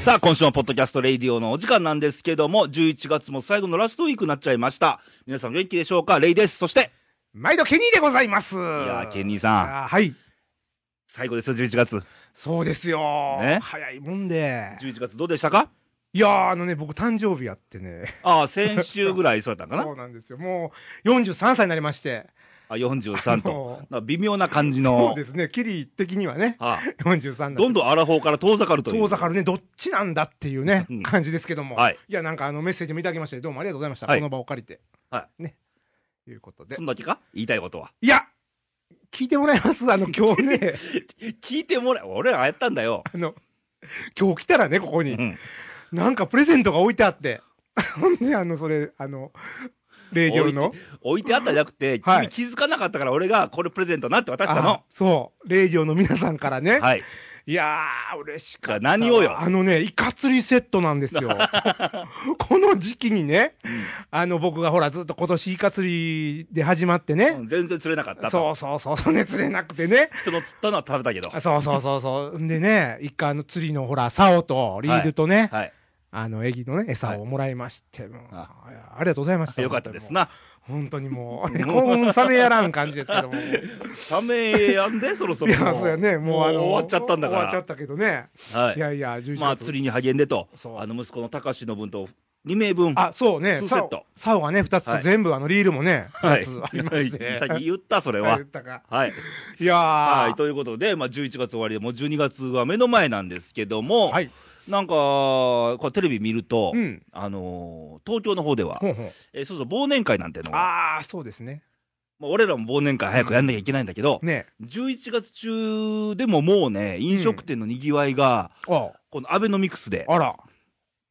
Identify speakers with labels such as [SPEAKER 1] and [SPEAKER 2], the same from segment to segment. [SPEAKER 1] さあ、今週のポッドキャストレイディオのお時間なんですけども、11月も最後のラストウィークになっちゃいました。皆さん元気でしょうかレイです。そして、
[SPEAKER 2] 毎度ケニーでございます。いや
[SPEAKER 1] いやーケニーさん、
[SPEAKER 2] ん。はい。
[SPEAKER 1] 最後ですよ、11月。
[SPEAKER 2] そうですよ、
[SPEAKER 1] ね
[SPEAKER 2] 早いもんで。
[SPEAKER 1] 11月どうでしたか
[SPEAKER 2] いやー、あのね、僕誕生日やってね。
[SPEAKER 1] ああ、先週ぐらいそうだったか
[SPEAKER 2] そ
[SPEAKER 1] な
[SPEAKER 2] うなんですよ。もう、43歳になりまして。
[SPEAKER 1] あ、43と
[SPEAKER 2] も。う
[SPEAKER 1] なんか微妙な感じ
[SPEAKER 2] そ
[SPEAKER 1] の
[SPEAKER 2] うで。すね。キリ的にはね、
[SPEAKER 1] ああ
[SPEAKER 2] 43なんで
[SPEAKER 1] どんどんアラフォーから遠ざかるという。
[SPEAKER 2] 遠ざかるね、どっちなんだっていうね、
[SPEAKER 1] うん
[SPEAKER 2] 感じですけども。
[SPEAKER 1] はい
[SPEAKER 2] や、なんかあの、メッセージもいただきまして、どうもありがとうございました。
[SPEAKER 1] はい
[SPEAKER 2] この場を借りて。
[SPEAKER 1] は
[SPEAKER 2] ね。いうことで
[SPEAKER 1] そん。だけか言いたいことは。
[SPEAKER 2] いや聞いてもらいますあの、今日 ね、
[SPEAKER 1] 聞いてもらえ、俺らがやったんだよ。
[SPEAKER 2] あの、今日来たらね、ここに
[SPEAKER 1] う。ん。
[SPEAKER 2] なんかプレゼントが置いてあって。ほんで、あの、それ、あの、レイディオの。
[SPEAKER 1] 置いてあったんじゃなくて、
[SPEAKER 2] はい
[SPEAKER 1] 君気づかなかったから俺がこれプレゼントなって渡したの
[SPEAKER 2] あ。そう。レイディオの皆さんからね。
[SPEAKER 1] はい。
[SPEAKER 2] い、やー、嬉しかったわ。
[SPEAKER 1] じゃあ何をよ
[SPEAKER 2] あのね、イカ釣りセットなんですよ。 この時期にね、あの、僕がほら、ずっと今年イカ釣りで始まってね。
[SPEAKER 1] うん全然釣れなかったと。
[SPEAKER 2] そうそうそう、そうね、釣れなくてね。
[SPEAKER 1] 人の釣ったのは食べたけど。
[SPEAKER 2] あそうそうそうそう。んでね、イカの釣りのほら、竿とリールとね、
[SPEAKER 1] はい。
[SPEAKER 2] あの、エギのね、餌をもらいまして、もう
[SPEAKER 1] あ
[SPEAKER 2] あいやありがとうございました。
[SPEAKER 1] よかったですな。
[SPEAKER 2] 本当にもう、ね、 興奮冷めやらん感じですけど も。
[SPEAKER 1] ためやん で、そろそ
[SPEAKER 2] い
[SPEAKER 1] ろ。
[SPEAKER 2] や、そうやね、もうあの、
[SPEAKER 1] 終わっちゃったんだか
[SPEAKER 2] 終わっちゃ
[SPEAKER 1] ら
[SPEAKER 2] っ。たけどね。
[SPEAKER 1] はいい。
[SPEAKER 2] やいや、11月。
[SPEAKER 1] まあ、釣りに励んでと
[SPEAKER 2] そ。う
[SPEAKER 1] あの、息子の高志の分と、2名分。
[SPEAKER 2] あ、そうね、
[SPEAKER 1] ツーセッ
[SPEAKER 2] 竿
[SPEAKER 1] ト
[SPEAKER 2] 竿がね、2つ
[SPEAKER 1] は
[SPEAKER 2] と
[SPEAKER 1] い
[SPEAKER 2] 全部、あの、リールもね、
[SPEAKER 1] は
[SPEAKER 2] 2
[SPEAKER 1] い。
[SPEAKER 2] つありまして。
[SPEAKER 1] さっき言った、それ
[SPEAKER 2] は
[SPEAKER 1] はい
[SPEAKER 2] 言っ。たか
[SPEAKER 1] はい。
[SPEAKER 2] いやー
[SPEAKER 1] はい。ということで、まあ、11月終わりで、もう12月は目の前なんですけども、
[SPEAKER 2] はい
[SPEAKER 1] なんか、こうテレビ見ると、
[SPEAKER 2] うん
[SPEAKER 1] あのー東京の方では、
[SPEAKER 2] ほんほん
[SPEAKER 1] えーそうそう、忘年会なんてのが、
[SPEAKER 2] ああ、そうですね。
[SPEAKER 1] まあ、俺らも忘年会早くやんなきゃいけないんだけど、
[SPEAKER 2] ね。
[SPEAKER 1] 11月中でももうね、飲食店の賑わいが、
[SPEAKER 2] あ
[SPEAKER 1] このアベノミクスで、
[SPEAKER 2] あら。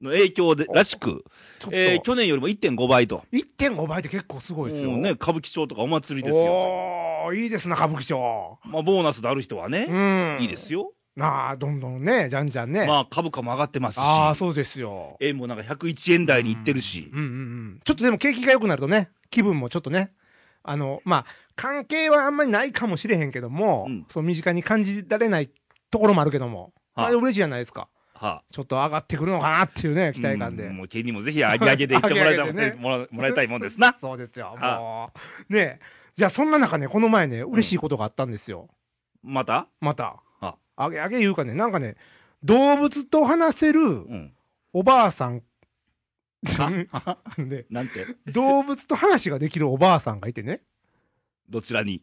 [SPEAKER 1] の影響で、らしく、
[SPEAKER 2] ちょっと、
[SPEAKER 1] えー去年よりも1.5倍と。
[SPEAKER 2] 1.5倍って結構すごいですよ。
[SPEAKER 1] もうね、歌舞伎町とかお祭りですよ。
[SPEAKER 2] おー、いいですな、歌舞伎町。
[SPEAKER 1] まあ、ボーナスである人はね、
[SPEAKER 2] うん。
[SPEAKER 1] いいですよ。
[SPEAKER 2] なあ、どんどんね、じゃんじゃんね。
[SPEAKER 1] まあ、株価も上がってますし。
[SPEAKER 2] ああ、そうですよ。
[SPEAKER 1] 円もなんか101円台に行ってるし
[SPEAKER 2] う、んうんうん。ちょっとでも景気が良くなるとね、気分もちょっとね、あの、まあ、関係はあんまりないかもしれへんけども、
[SPEAKER 1] うん
[SPEAKER 2] そう身近に感じられないところもあるけども、
[SPEAKER 1] はい
[SPEAKER 2] あれ嬉しいじゃないですか。
[SPEAKER 1] はあ、
[SPEAKER 2] ちょっと上がってくるのかなっていうね、期待感で。
[SPEAKER 1] うんもう県にもぜひ上げ上げで行ってもらいた
[SPEAKER 2] 上
[SPEAKER 1] い、
[SPEAKER 2] げ上げでね。
[SPEAKER 1] もらもらいたいもんですな
[SPEAKER 2] そうですよ、
[SPEAKER 1] は
[SPEAKER 2] もう。ねえ。じゃあそんな中ね、この前ね、嬉しいことがあったんですよ。
[SPEAKER 1] また、
[SPEAKER 2] また。
[SPEAKER 1] は
[SPEAKER 2] あげあげ言うかね、なんかね、動物と話せる
[SPEAKER 1] うん、
[SPEAKER 2] おばあさん。
[SPEAKER 1] あ
[SPEAKER 2] で、
[SPEAKER 1] なんて、
[SPEAKER 2] 動物と話ができるおばあさんがいてね。
[SPEAKER 1] どちらに。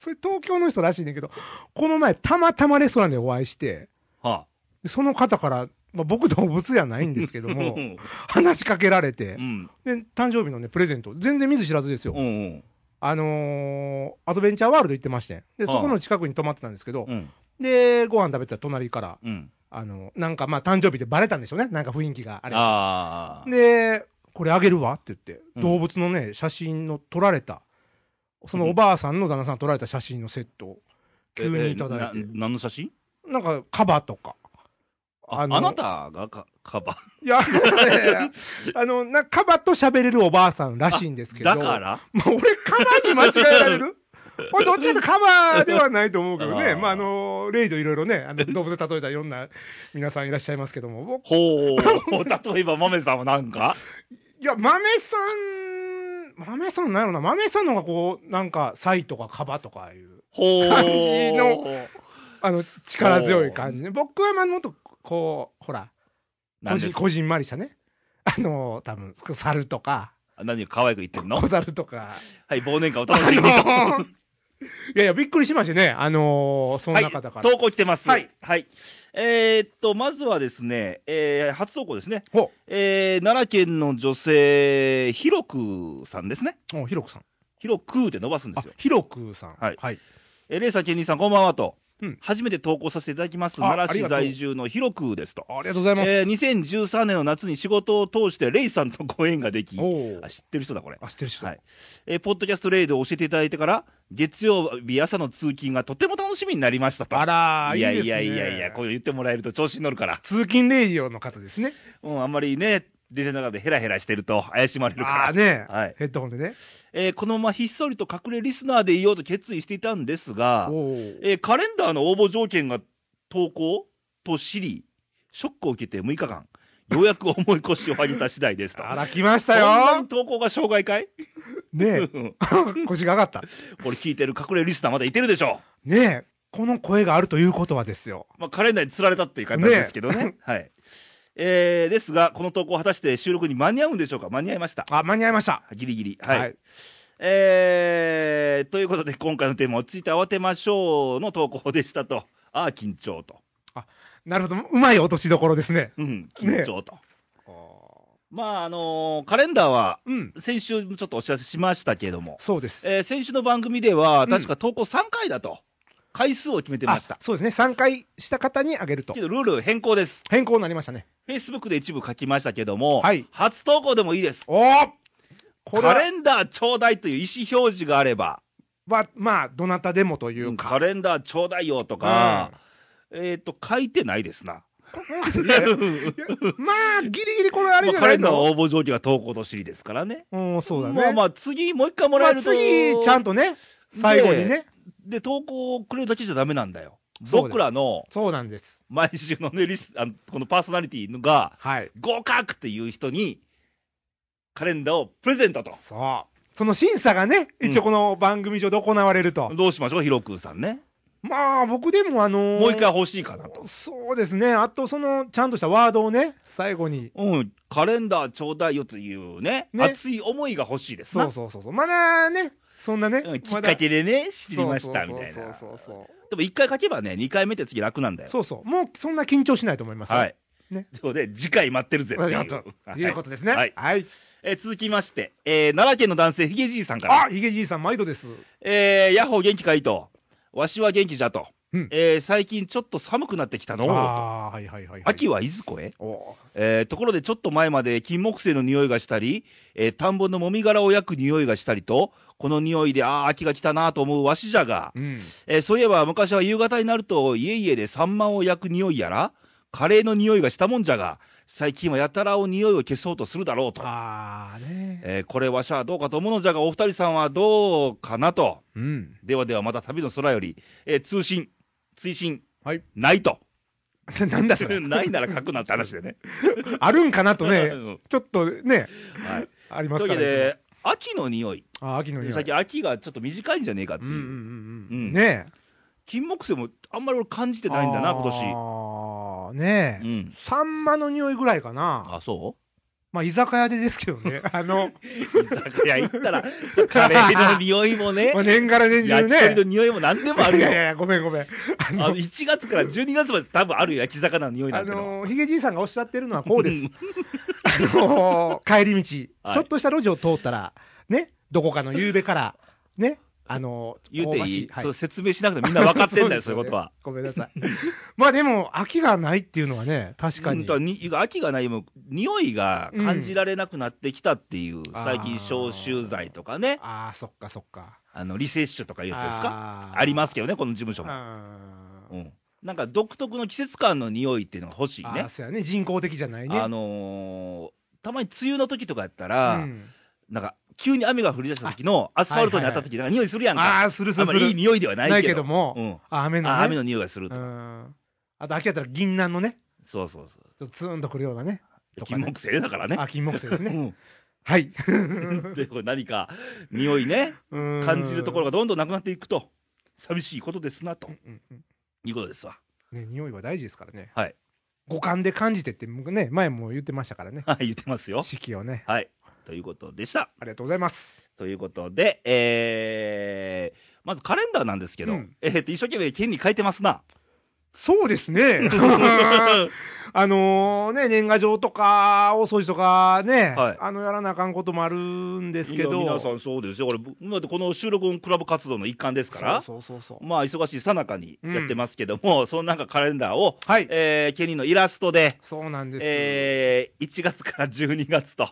[SPEAKER 2] それ東京の人らしいねんけど、この前たまたまレストランでお会いして、
[SPEAKER 1] は
[SPEAKER 2] でその方から、まあ、僕動物やないんですけど
[SPEAKER 1] あ、う
[SPEAKER 2] も、
[SPEAKER 1] ん、
[SPEAKER 2] 話しかけられて
[SPEAKER 1] う、ん、
[SPEAKER 2] で、誕生日のね、プレゼント、全然見ず知らずですよ。
[SPEAKER 1] うん、
[SPEAKER 2] あのーアドベンチャーワールド行ってましてん。で、
[SPEAKER 1] はあ
[SPEAKER 2] そこの近くに泊まってたんですけど、
[SPEAKER 1] うん、
[SPEAKER 2] で、ご飯食べてた隣から、
[SPEAKER 1] うん、
[SPEAKER 2] あのなんかまあ誕生日でバレたんでしょうね。なんか雰囲気があれ。
[SPEAKER 1] ああ、
[SPEAKER 2] で、これあげるわって言って、
[SPEAKER 1] うん
[SPEAKER 2] 動物のね、写真の撮られた、そのおばあさんの旦那さんが撮られた写真のセットを急にいただいて
[SPEAKER 1] ええ。な何の写真？
[SPEAKER 2] なんか、カバーとか。
[SPEAKER 1] あ
[SPEAKER 2] の
[SPEAKER 1] あなたがかカバ
[SPEAKER 2] いや、いやいやいやあの、な、カバと喋れるおばあさんらしいんですけ
[SPEAKER 1] ー。
[SPEAKER 2] ど。
[SPEAKER 1] だから、
[SPEAKER 2] まあ、俺、カバに間違えられ る俺、どっちかというとカバではないと思うけど
[SPEAKER 1] あ
[SPEAKER 2] ね。
[SPEAKER 1] ー
[SPEAKER 2] まあ、あの、レイドいろいろね、あの、動物で例えたいろんな皆さんいらっしゃいますけども。僕
[SPEAKER 1] ほう、 例えば豆さんはなんか、
[SPEAKER 2] いや、豆さん、豆さんなんやろな。豆さんのがこう、なんか、サイとかカバとかいう、
[SPEAKER 1] ほう、
[SPEAKER 2] 感じのあの、力強い感じね。僕は、まあ、もっと、こう、ほら、
[SPEAKER 1] な
[SPEAKER 2] こ
[SPEAKER 1] んで
[SPEAKER 2] じ、
[SPEAKER 1] すか
[SPEAKER 2] こじんまりしたね。あの、多分、猿とか、
[SPEAKER 1] 何可愛く言ってるの
[SPEAKER 2] 小？猿と か。
[SPEAKER 1] はい、忘年会お
[SPEAKER 2] あ
[SPEAKER 1] 楽しみに。
[SPEAKER 2] のーいやいや、びっくりしましてね、あのーその
[SPEAKER 1] はい、
[SPEAKER 2] 中だから。
[SPEAKER 1] 投稿来てます。は
[SPEAKER 2] はいい。
[SPEAKER 1] えーっと、まずはですね、えー初投稿ですね。
[SPEAKER 2] ほ
[SPEAKER 1] えー奈良県の女性、ひろくさんですね。
[SPEAKER 2] う、おひろくさん。
[SPEAKER 1] ひろくーって伸ばすんで
[SPEAKER 2] あ
[SPEAKER 1] すよ。、
[SPEAKER 2] ひろくさん。
[SPEAKER 1] はい
[SPEAKER 2] はい。
[SPEAKER 1] えー、レイさん、ケニーさん、こんばんはと。
[SPEAKER 2] うん
[SPEAKER 1] 初めて投稿させていただきます。
[SPEAKER 2] あ
[SPEAKER 1] 奈
[SPEAKER 2] あり
[SPEAKER 1] 良市
[SPEAKER 2] がとう
[SPEAKER 1] 在住のひろくーですと。
[SPEAKER 2] ありがとうございます。
[SPEAKER 1] えー、2013年の夏に仕事を通して、レイさんとご縁ができ、
[SPEAKER 2] おー
[SPEAKER 1] あ知ってる人だ、これ。
[SPEAKER 2] あ、知ってる人。
[SPEAKER 1] はいえーポッドキャストレイで教えていただいてから、月曜日朝の通勤がとても楽しみになりましたと。
[SPEAKER 2] あらー
[SPEAKER 1] いや
[SPEAKER 2] いいです
[SPEAKER 1] い
[SPEAKER 2] ね。
[SPEAKER 1] やいやいや、こう言ってもらえると調子に乗るから。
[SPEAKER 2] 通勤レイディオの方ですね。
[SPEAKER 1] うん、あんまりね、電車の中でヘラヘラしてると怪しまれる
[SPEAKER 2] あ
[SPEAKER 1] か
[SPEAKER 2] あ
[SPEAKER 1] ら。
[SPEAKER 2] ね、
[SPEAKER 1] はい
[SPEAKER 2] ヘッドホンでね。
[SPEAKER 1] えーこのままひっそりと隠れリスナーでいようと決意していたんですが、
[SPEAKER 2] おー
[SPEAKER 1] えーカレンダーの応募条件が投稿と知り、ショックを受けて6日間、ようやく重い腰を上げた次第ですと。
[SPEAKER 2] あら、来まし
[SPEAKER 1] そん
[SPEAKER 2] た
[SPEAKER 1] な
[SPEAKER 2] よ
[SPEAKER 1] に投稿が障害かい
[SPEAKER 2] ね え、腰が上がった。
[SPEAKER 1] これ聞いてる隠れリスナーまだいてるでしょ
[SPEAKER 2] ねえ、この声があるということはですよ。
[SPEAKER 1] う。まあ、カレンダーに釣られたっていう感じなんですけどね。 はい。えー、ですが、この投稿果たして収録に間に合うんでしょうか間に合いました。
[SPEAKER 2] あ、間に合いました。
[SPEAKER 1] ギリギリ。はい。。えー、ということで今回のテーマ、落ち着いて慌てましょうの投稿でしたと。ああ、緊張と。
[SPEAKER 2] なるほど、うまい落としどころですね。
[SPEAKER 1] うん、緊張と。まあ、あのーカレンダーは、
[SPEAKER 2] うん、
[SPEAKER 1] 先週もちょっとお知らせしましたけれども、
[SPEAKER 2] そうです。
[SPEAKER 1] えー先週の番組では、
[SPEAKER 2] ん
[SPEAKER 1] 確か投稿3回だと、回数を決めてました
[SPEAKER 2] あ。そうですね、3回した方にあげると
[SPEAKER 1] け。ど、ルール変更です。
[SPEAKER 2] 変更になりましたね。
[SPEAKER 1] Facebook で一部書きましたけども、
[SPEAKER 2] はい
[SPEAKER 1] 初投稿でもいいです。
[SPEAKER 2] おおこ
[SPEAKER 1] カ
[SPEAKER 2] れ
[SPEAKER 1] レンダーちょうだいという意思表示があれば、
[SPEAKER 2] は、まあ、どなたでもという か。
[SPEAKER 1] カレンダーちょうだいよとか、えっ、と、書いてないですな。
[SPEAKER 2] いやいやまあ、ギリギリこれあれ
[SPEAKER 1] ま
[SPEAKER 2] じ
[SPEAKER 1] あカ
[SPEAKER 2] ゃな
[SPEAKER 1] レ
[SPEAKER 2] い
[SPEAKER 1] ンダー
[SPEAKER 2] の、
[SPEAKER 1] 応募条件が投稿と知りですからね。
[SPEAKER 2] うん、そうだね。
[SPEAKER 1] まあまあ、次、もう一回もらえると。
[SPEAKER 2] 次、ちゃんとね、最後にね。
[SPEAKER 1] で、投稿をくれるだけじゃダメなんだよ。
[SPEAKER 2] そうです
[SPEAKER 1] 僕らの
[SPEAKER 2] そうなんです。
[SPEAKER 1] 毎週のね、リス、あの、このパーソナリティが、
[SPEAKER 2] はい。
[SPEAKER 1] 合格っていう人に、カレンダーをプレゼントと。
[SPEAKER 2] そう。その審査がね、
[SPEAKER 1] うん
[SPEAKER 2] 一応この番組上で行われると。
[SPEAKER 1] どうしましょう、ヒロクーさんね。
[SPEAKER 2] まあ、僕でもあのー
[SPEAKER 1] もう一回欲しいかなと。
[SPEAKER 2] そうですね。あと、その、ちゃんとしたワードをね、最後に。
[SPEAKER 1] うん、カレンダーちょうだいよというね、
[SPEAKER 2] ね
[SPEAKER 1] 熱い思いが欲しいですな
[SPEAKER 2] そうそうそうそう。まだね、そんなね。
[SPEAKER 1] うんき
[SPEAKER 2] ま
[SPEAKER 1] っ
[SPEAKER 2] だ
[SPEAKER 1] かけでね、知りましたみたい
[SPEAKER 2] そう
[SPEAKER 1] な。
[SPEAKER 2] そうそうそう
[SPEAKER 1] でも一回書けばね、二回目って次楽なんだよ。
[SPEAKER 2] そうそう。もう、そんな緊張しないと思います。
[SPEAKER 1] はい。
[SPEAKER 2] ね
[SPEAKER 1] ということで、次回待ってるぜっていう。
[SPEAKER 2] やった
[SPEAKER 1] はい
[SPEAKER 2] いうことですね。
[SPEAKER 1] はい
[SPEAKER 2] はい。
[SPEAKER 1] えー続きまして、えー奈良県の男性、ひげじいさんから。
[SPEAKER 2] あ、ヒゲじいさん、毎度です。
[SPEAKER 1] えー、ヤッホー元気かいと。わしは元気じゃと。
[SPEAKER 2] うん
[SPEAKER 1] えー最近ちょっと寒くなってきたの。と
[SPEAKER 2] あー、はいはいはいはい。
[SPEAKER 1] 秋はいずこへ、
[SPEAKER 2] お
[SPEAKER 1] えーところでちょっと前まで金木犀の匂いがしたり、えー田んぼのもみ殻を焼く匂いがしたりと、この匂いで、ああ、秋が来たなと思うわしじゃが、
[SPEAKER 2] うん。
[SPEAKER 1] えーそういえば昔は夕方になると家々でサンマを焼く匂いやら、カレーの匂いがしたもんじゃが、最近はやたらお匂いを消そうとするだろうと。
[SPEAKER 2] あーね。
[SPEAKER 1] えーこれわしゃどうかと思うのじゃが、お二人さんはどうかなと。
[SPEAKER 2] うん。
[SPEAKER 1] ではではまた旅の空より、えー通信、追伸、
[SPEAKER 2] はい
[SPEAKER 1] ないと。
[SPEAKER 2] なんだそ れ。
[SPEAKER 1] ないなら書くなって話でね。
[SPEAKER 2] あるんかな と
[SPEAKER 1] う
[SPEAKER 2] ね、
[SPEAKER 1] ん
[SPEAKER 2] ちょっとね、
[SPEAKER 1] はい、
[SPEAKER 2] ありま
[SPEAKER 1] とい
[SPEAKER 2] す
[SPEAKER 1] う
[SPEAKER 2] か
[SPEAKER 1] わけ
[SPEAKER 2] らね。
[SPEAKER 1] で、秋の匂い。
[SPEAKER 2] あー、秋の匂い。
[SPEAKER 1] 最近秋がちょっと短いんじゃねえかって
[SPEAKER 2] う
[SPEAKER 1] い
[SPEAKER 2] ん
[SPEAKER 1] う。
[SPEAKER 2] うんうんう
[SPEAKER 1] うん
[SPEAKER 2] ん。ねえ。
[SPEAKER 1] 金木犀もあんまり俺感じてないんだな、今年。
[SPEAKER 2] 年。ねえ。
[SPEAKER 1] うん。
[SPEAKER 2] サンマの匂いぐらいかな。
[SPEAKER 1] あ、そう
[SPEAKER 2] まあ、居酒屋でですけどね。あ の、
[SPEAKER 1] 居酒屋行 ったら、カレーの匂いもね
[SPEAKER 2] ま、あ、年がら年中
[SPEAKER 1] 焼
[SPEAKER 2] ね。
[SPEAKER 1] き鳥の匂いも何でもある
[SPEAKER 2] い
[SPEAKER 1] よ
[SPEAKER 2] やい。やいや、ごめんごめん。あ
[SPEAKER 1] あ
[SPEAKER 2] の、
[SPEAKER 1] の、1月から12月まで多分あるよ、焼き魚の匂いな
[SPEAKER 2] あ
[SPEAKER 1] んだけど。
[SPEAKER 2] のー、ヒゲじいさんがおっしゃってるのはこうです。 あのー、帰り道、
[SPEAKER 1] はい
[SPEAKER 2] ちょっとした路地を通ったら、ね、どこかの夕べから、ね、あのー、
[SPEAKER 1] 言うて
[SPEAKER 2] 香ば
[SPEAKER 1] い
[SPEAKER 2] し
[SPEAKER 1] い、
[SPEAKER 2] は
[SPEAKER 1] そう説明しなくてみんな分か ってんだよ、そう
[SPEAKER 2] で
[SPEAKER 1] いうことは。
[SPEAKER 2] すよねごめんなさい。 まあでも、秋がないっていうのはね、確か
[SPEAKER 1] う
[SPEAKER 2] に
[SPEAKER 1] ん。とに秋がないもう匂いが感じられなくなってきたっていう、最近
[SPEAKER 2] あー
[SPEAKER 1] 消臭剤とかね
[SPEAKER 2] ああ、そっかそっか。
[SPEAKER 1] あのリセッシュとかいうやつですか
[SPEAKER 2] あ
[SPEAKER 1] あります
[SPEAKER 2] け
[SPEAKER 1] けどねこの事務所
[SPEAKER 2] ど
[SPEAKER 1] も、
[SPEAKER 2] あー
[SPEAKER 1] うん、なんか独特の季節感の匂いっていうのが欲しい
[SPEAKER 2] あ
[SPEAKER 1] ね
[SPEAKER 2] ー、そうやね。人工的じゃないね。
[SPEAKER 1] あのーたまに梅雨の時とかやった
[SPEAKER 2] う
[SPEAKER 1] ら、
[SPEAKER 2] ん
[SPEAKER 1] なんか急に雨が降り出した時のアスファルトに当たった時なんか匂いするやんか、
[SPEAKER 2] ああ、するす
[SPEAKER 1] あ
[SPEAKER 2] る
[SPEAKER 1] んますりいい
[SPEAKER 2] る。
[SPEAKER 1] 匂いではないけど
[SPEAKER 2] ないけども
[SPEAKER 1] うん
[SPEAKER 2] あ雨のね。
[SPEAKER 1] あ雨の匂いがすると、
[SPEAKER 2] うん。あと、秋やったら銀杏のね、
[SPEAKER 1] そうそうそ
[SPEAKER 2] ちょっとツーンとくるようなね。
[SPEAKER 1] う
[SPEAKER 2] とか
[SPEAKER 1] 金
[SPEAKER 2] ね
[SPEAKER 1] 木犀だからね
[SPEAKER 2] あ、金木犀です ね。
[SPEAKER 1] ね、
[SPEAKER 2] はい。
[SPEAKER 1] うん、でこれ何か匂いね感
[SPEAKER 2] 感
[SPEAKER 1] じるところがどんどんなくなっていくと寂しいことですなということですわ
[SPEAKER 2] ね、匂いは大事ですからね。
[SPEAKER 1] はい。
[SPEAKER 2] 五感で感じてって、僕ね、前も言ってましたからね。
[SPEAKER 1] はい言ってますよ
[SPEAKER 2] 四季をね。
[SPEAKER 1] はいということでした
[SPEAKER 2] ありがとうございます。
[SPEAKER 1] ということでえー、まずカレンダーなんですけど、
[SPEAKER 2] うん
[SPEAKER 1] えー、と一生懸命県に書いてますな
[SPEAKER 2] そうですね。 あのね、年賀状とか、大掃除とかね、
[SPEAKER 1] はい
[SPEAKER 2] あの、やらなあかんこともあるんですけど。
[SPEAKER 1] いや皆さんそうですよこれだってこの収録のクラブ活動の一環ですから
[SPEAKER 2] そうそうそうそう。
[SPEAKER 1] まあ忙しいさなかにやってますけども、そのなんかカレンダーを、
[SPEAKER 2] はい。
[SPEAKER 1] えー、ケニーのイラストで
[SPEAKER 2] そうなんです。
[SPEAKER 1] えー、1月から12月と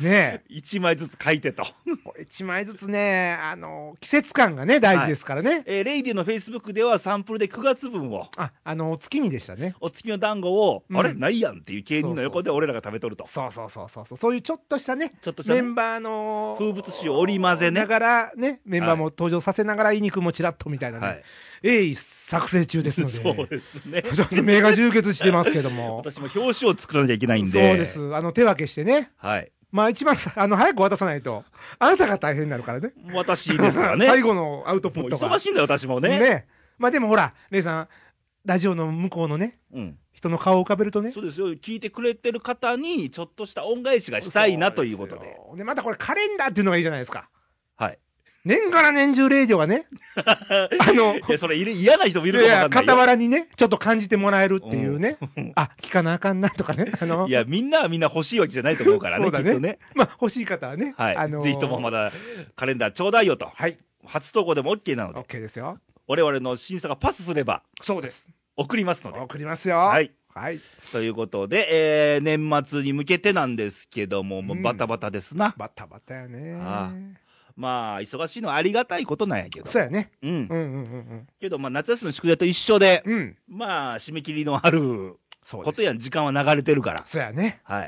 [SPEAKER 2] ね
[SPEAKER 1] 1枚ずつ書い てと。
[SPEAKER 2] え、これ1枚ずつね、あの、季節感がね、大事ですからね。
[SPEAKER 1] えーレイディのフェイスブックではサンプルで9月分を、
[SPEAKER 2] あ、あの、月見でしたね。
[SPEAKER 1] お月見の団子を、
[SPEAKER 2] うん
[SPEAKER 1] あれないやんっていう芸人の横で俺らが食べとると。
[SPEAKER 2] そうそうそうそうそう。そういうちょっとしたね、
[SPEAKER 1] ちょっとしたね
[SPEAKER 2] メンバーの
[SPEAKER 1] 風物詩を織り交ぜね
[SPEAKER 2] ながらね、メンバーも登場させながら、いにくもちらっとみたいなね、
[SPEAKER 1] はい。
[SPEAKER 2] 鋭意作成中ですの で、
[SPEAKER 1] そうです ね。
[SPEAKER 2] ちょっと目が充血してますけども、
[SPEAKER 1] 私も表紙を作らなきゃいけないん
[SPEAKER 2] そう
[SPEAKER 1] で。
[SPEAKER 2] です、あの手分けしてね、
[SPEAKER 1] はい。
[SPEAKER 2] まあ一番さあの早く渡さないと、あなたが大変になるからね、
[SPEAKER 1] 私ですからね。
[SPEAKER 2] 最後のアウトプ
[SPEAKER 1] もう
[SPEAKER 2] ットが。
[SPEAKER 1] 忙しいんだよ、私もね。
[SPEAKER 2] まあでもほら、レイさん、ラジオの向こうのね、
[SPEAKER 1] うん。
[SPEAKER 2] 人の顔を浮かべるとね、
[SPEAKER 1] そうですよ。聞いてくれてる方に、ちょっとした恩返しがしたいなということ
[SPEAKER 2] そう
[SPEAKER 1] で。
[SPEAKER 2] すよ。で、またこれカレンダーっていうのがいいじゃないですか。
[SPEAKER 1] はい。
[SPEAKER 2] 年がら年中レイディオが ね、あの、
[SPEAKER 1] いや、それ入れ嫌な人もい
[SPEAKER 2] い
[SPEAKER 1] るかも
[SPEAKER 2] や
[SPEAKER 1] わかんない
[SPEAKER 2] 傍
[SPEAKER 1] よ。
[SPEAKER 2] らにね、ちょっと感じてもらえるっていうね、あ、聞かなあかんなと かね、あの、
[SPEAKER 1] いや、みんなはみんな欲しいわけじゃないと思うからね、
[SPEAKER 2] そ
[SPEAKER 1] き
[SPEAKER 2] うだ
[SPEAKER 1] っ
[SPEAKER 2] ね
[SPEAKER 1] とね。
[SPEAKER 2] まあ欲しい方はね、
[SPEAKER 1] はい。
[SPEAKER 2] あの
[SPEAKER 1] ぜひともまだカレンダーちょうだいよと。
[SPEAKER 2] はい、
[SPEAKER 1] 初投稿でも OK なので、
[SPEAKER 2] OK ですよ。
[SPEAKER 1] 我々の審査がパスすれば
[SPEAKER 2] そうです。
[SPEAKER 1] 送りますので。
[SPEAKER 2] 送りますよ。
[SPEAKER 1] は
[SPEAKER 2] はい。
[SPEAKER 1] い。ということで、えー、年末に向けてなんですけども、もうバタバタですな。
[SPEAKER 2] バタバタやね。
[SPEAKER 1] あまあ、忙しいのはありがたいことなんやけど。
[SPEAKER 2] そうやね。
[SPEAKER 1] うん
[SPEAKER 2] う。んうんうん
[SPEAKER 1] けど、まあ、夏休みの宿題と一緒で、
[SPEAKER 2] うん。うん。
[SPEAKER 1] まあ、締め切りのある
[SPEAKER 2] そう
[SPEAKER 1] こ
[SPEAKER 2] です。
[SPEAKER 1] とやん、時間は流れてるから。
[SPEAKER 2] そうやね。
[SPEAKER 1] は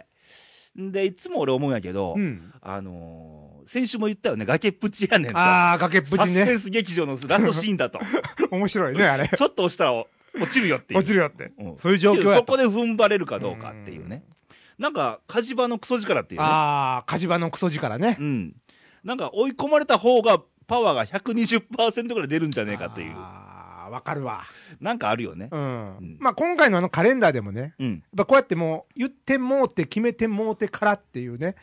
[SPEAKER 1] い。んで、いつも俺思うんやけど、
[SPEAKER 2] うん。
[SPEAKER 1] あのー先週も言ったよね、崖っぷちやねんと。
[SPEAKER 2] ああ、崖っぷ
[SPEAKER 1] サ
[SPEAKER 2] ち
[SPEAKER 1] スペ
[SPEAKER 2] ね。
[SPEAKER 1] ンス劇場のラストシーン だと。
[SPEAKER 2] 面白いね、あれ。
[SPEAKER 1] ちょっと押したら落ちるよっていう。
[SPEAKER 2] 落ちるよって
[SPEAKER 1] うん。
[SPEAKER 2] そういう状
[SPEAKER 1] け
[SPEAKER 2] 況
[SPEAKER 1] ど
[SPEAKER 2] や
[SPEAKER 1] そ
[SPEAKER 2] と。
[SPEAKER 1] こで踏ん張れるかどうかっていうね。なんか、火事場のクソ力っていうね。
[SPEAKER 2] ああ、火事場のクソ力ね
[SPEAKER 1] う。ん。なんか、追い込まれた方が、パワーが120%ぐらい出るんじゃねえかっていう。
[SPEAKER 2] ああ、わかるわ。
[SPEAKER 1] なんかあるよね。
[SPEAKER 2] うん。まあ今回のあのカレンダーでもね、
[SPEAKER 1] うん。
[SPEAKER 2] やっぱこうやってもう、言ってもうて決めてもうてからっていうね、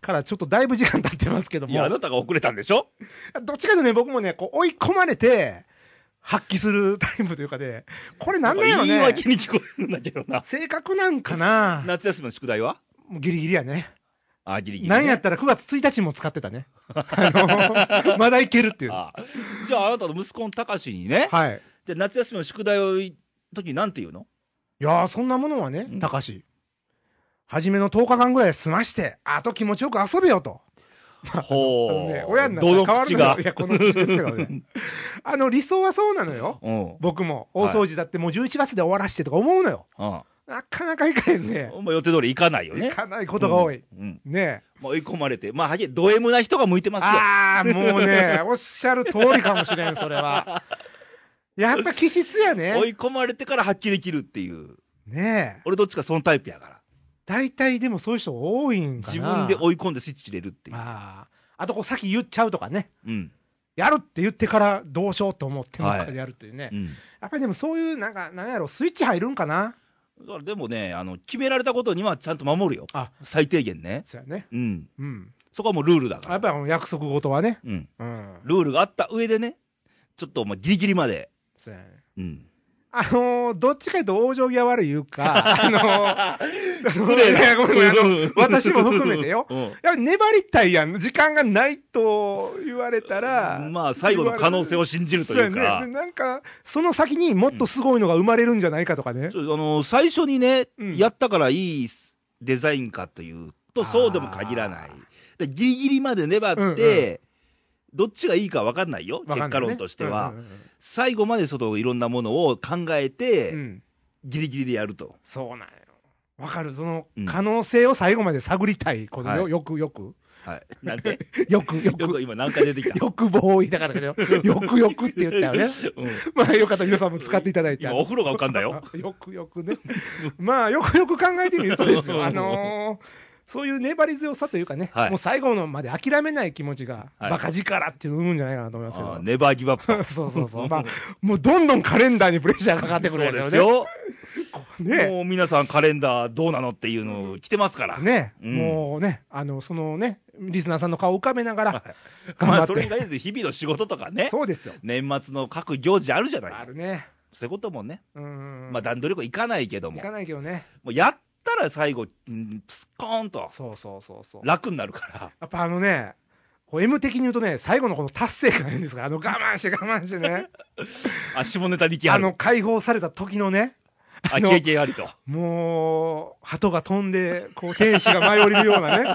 [SPEAKER 2] からちょっとだいぶ時間経ってますけど
[SPEAKER 1] いや、あ
[SPEAKER 2] も、
[SPEAKER 1] なたが遅れたんでしょ
[SPEAKER 2] どっちかというとね、僕もね、こう追い込まれて、発揮するタイプというかで、これなんだよ
[SPEAKER 1] 言い
[SPEAKER 2] ね。
[SPEAKER 1] 訳に聞こえるんだけど な。
[SPEAKER 2] 性格なんかな
[SPEAKER 1] 夏休みの宿題は
[SPEAKER 2] もうギリギリやね。
[SPEAKER 1] あ、ギリギリ、ね。
[SPEAKER 2] なんやったら9月1日も使ってたね。あ の、まだいけるっていう。は
[SPEAKER 1] あじゃあ、あなたの息子のたかしにね、
[SPEAKER 2] い。
[SPEAKER 1] で夏休みの宿題を言う時なんて言うの
[SPEAKER 2] いやー、そんなものはね
[SPEAKER 1] うん、
[SPEAKER 2] たかし。初めの10日間ぐらい済まして、あと気持ちよく遊べよと。あの
[SPEAKER 1] ほう。
[SPEAKER 2] ね、親にな
[SPEAKER 1] ど
[SPEAKER 2] った
[SPEAKER 1] の
[SPEAKER 2] ら
[SPEAKER 1] 口
[SPEAKER 2] 変
[SPEAKER 1] が
[SPEAKER 2] わるのよ。い。や、この口ですけどね。あの、理想はそうなのよ。
[SPEAKER 1] うん。
[SPEAKER 2] 僕も。
[SPEAKER 1] はい
[SPEAKER 2] 大掃除だってもう11月で終わらしてとか思うのよ。
[SPEAKER 1] あ
[SPEAKER 2] なかなかいかへん
[SPEAKER 1] あ
[SPEAKER 2] ね。
[SPEAKER 1] お前予定通り行かないよ
[SPEAKER 2] い
[SPEAKER 1] ね。
[SPEAKER 2] かないことが多い。
[SPEAKER 1] うん。うん
[SPEAKER 2] ねえ。
[SPEAKER 1] まあ、追い込まれて、まあ、はっきりド M な人が向いてますよ。
[SPEAKER 2] ああ、もうね、 おっしゃる通りかもしれん、そ れは。やっぱ気質や
[SPEAKER 1] 追
[SPEAKER 2] ね。
[SPEAKER 1] い込まれてから発揮できるっていう。
[SPEAKER 2] ねえ。
[SPEAKER 1] 俺どっちかそのタイプやから。
[SPEAKER 2] 大体でもそういう人多いんかな。
[SPEAKER 1] 自分で追い込んでスイッチ入れるっていう。
[SPEAKER 2] ああ。あとこう先言っちゃうとかね。
[SPEAKER 1] うん。
[SPEAKER 2] やるって言ってからどうしようと思っても
[SPEAKER 1] はい
[SPEAKER 2] やるというね。
[SPEAKER 1] うん。
[SPEAKER 2] やっぱりでもそういうなんか、なんやろ、スイッチ入るんかな。
[SPEAKER 1] だからでもね、あの、決められたことにはちゃんと守るよ。
[SPEAKER 2] あ
[SPEAKER 1] 最低限ね。
[SPEAKER 2] そうやね。
[SPEAKER 1] うん。
[SPEAKER 2] うん。
[SPEAKER 1] そこはもうルールだから。
[SPEAKER 2] やっぱりあの約束事はね。
[SPEAKER 1] うん。
[SPEAKER 2] うん。
[SPEAKER 1] ルールがあった上でね、ちょっともうギリギリまで。
[SPEAKER 2] そうやね。
[SPEAKER 1] うん。
[SPEAKER 2] あのー、どっちかというと往生際悪いいう か、あのー、
[SPEAKER 1] 失礼な
[SPEAKER 2] いやごめんごめんあ
[SPEAKER 1] う
[SPEAKER 2] の
[SPEAKER 1] ん、
[SPEAKER 2] 私も含めてよ。
[SPEAKER 1] うん。
[SPEAKER 2] やっぱり粘りたいやん。時間がないと言われたら。
[SPEAKER 1] まあ、最後の可能性を信じるという
[SPEAKER 2] そうや
[SPEAKER 1] か
[SPEAKER 2] ね、でなんか、その先にもっとすごいのが生まれるんじゃないかとかね。
[SPEAKER 1] ちょあの、最初にね、
[SPEAKER 2] うん
[SPEAKER 1] やったからいいデザインかというと、そうでも限らない
[SPEAKER 2] あ。
[SPEAKER 1] でギリギリまで粘って、
[SPEAKER 2] うんうん
[SPEAKER 1] どっちがいいか分かんないよ、
[SPEAKER 2] わか
[SPEAKER 1] 結
[SPEAKER 2] んな
[SPEAKER 1] 果
[SPEAKER 2] いね
[SPEAKER 1] 論としては。
[SPEAKER 2] うんうんうん
[SPEAKER 1] 最後までそのいろんなものを考えて、
[SPEAKER 2] うん
[SPEAKER 1] ギリギリでやると。
[SPEAKER 2] そうなんよ。わかる。その
[SPEAKER 1] うん
[SPEAKER 2] 可能性を最後まで探りたい。この
[SPEAKER 1] は
[SPEAKER 2] よ
[SPEAKER 1] い
[SPEAKER 2] よくよく。
[SPEAKER 1] はい。なんて
[SPEAKER 2] よくよ
[SPEAKER 1] よく
[SPEAKER 2] く。
[SPEAKER 1] 今何回出てきた
[SPEAKER 2] 欲望を言いたかったけど、よくよくって言ったよ ね。
[SPEAKER 1] うん
[SPEAKER 2] まあよかったら皆さんも使っていただいて。
[SPEAKER 1] 今お風呂が浮かんだよ。
[SPEAKER 2] あ よくよくね。まあ、よくよく考えてみるとですよ。あのーそういう粘り強さというかね、
[SPEAKER 1] はい
[SPEAKER 2] もう最後のまで諦めない気持ちが、
[SPEAKER 1] はい
[SPEAKER 2] バカ力って生むんじゃないかなと思いますけ
[SPEAKER 1] あー
[SPEAKER 2] ど。
[SPEAKER 1] ネバーギブアップと。
[SPEAKER 2] そうそ うそう。まあ、もうどんどんカレンダーにプレッシャーがかかってくる
[SPEAKER 1] そ
[SPEAKER 2] わ
[SPEAKER 1] う
[SPEAKER 2] け
[SPEAKER 1] で
[SPEAKER 2] よ
[SPEAKER 1] す
[SPEAKER 2] ね。
[SPEAKER 1] よ。
[SPEAKER 2] ね
[SPEAKER 1] もう皆さんカレンダーどうなのっていうの来てますから。
[SPEAKER 2] ね、
[SPEAKER 1] うん
[SPEAKER 2] もうね、あの、そのね、リスナーさんの顔を浮かべながら、頑
[SPEAKER 1] ま
[SPEAKER 2] 張
[SPEAKER 1] あ
[SPEAKER 2] っ
[SPEAKER 1] それに
[SPEAKER 2] て。
[SPEAKER 1] 対して日々の仕事とかね。
[SPEAKER 2] そうですよ。
[SPEAKER 1] 年末の各行事あるじゃない。
[SPEAKER 2] あるね。
[SPEAKER 1] そういうこともね。
[SPEAKER 2] うん。
[SPEAKER 1] まあ段取りよくいかないけど
[SPEAKER 2] い
[SPEAKER 1] も。
[SPEAKER 2] かないけどね。
[SPEAKER 1] もうやったら最後、うんスコーンと
[SPEAKER 2] そうそうそうそう。
[SPEAKER 1] 楽になるから。
[SPEAKER 2] やっぱあのね、こう M 的に言うとね、最後のこの達成感言うんですか、あの我慢して我慢してね、
[SPEAKER 1] あ、下ネタ力あ
[SPEAKER 2] あ
[SPEAKER 1] る。
[SPEAKER 2] の解放された時のね、
[SPEAKER 1] あ
[SPEAKER 2] の
[SPEAKER 1] 経験ありと。
[SPEAKER 2] もう、鳩が飛んで、こう、天使が舞い降りるよう なね。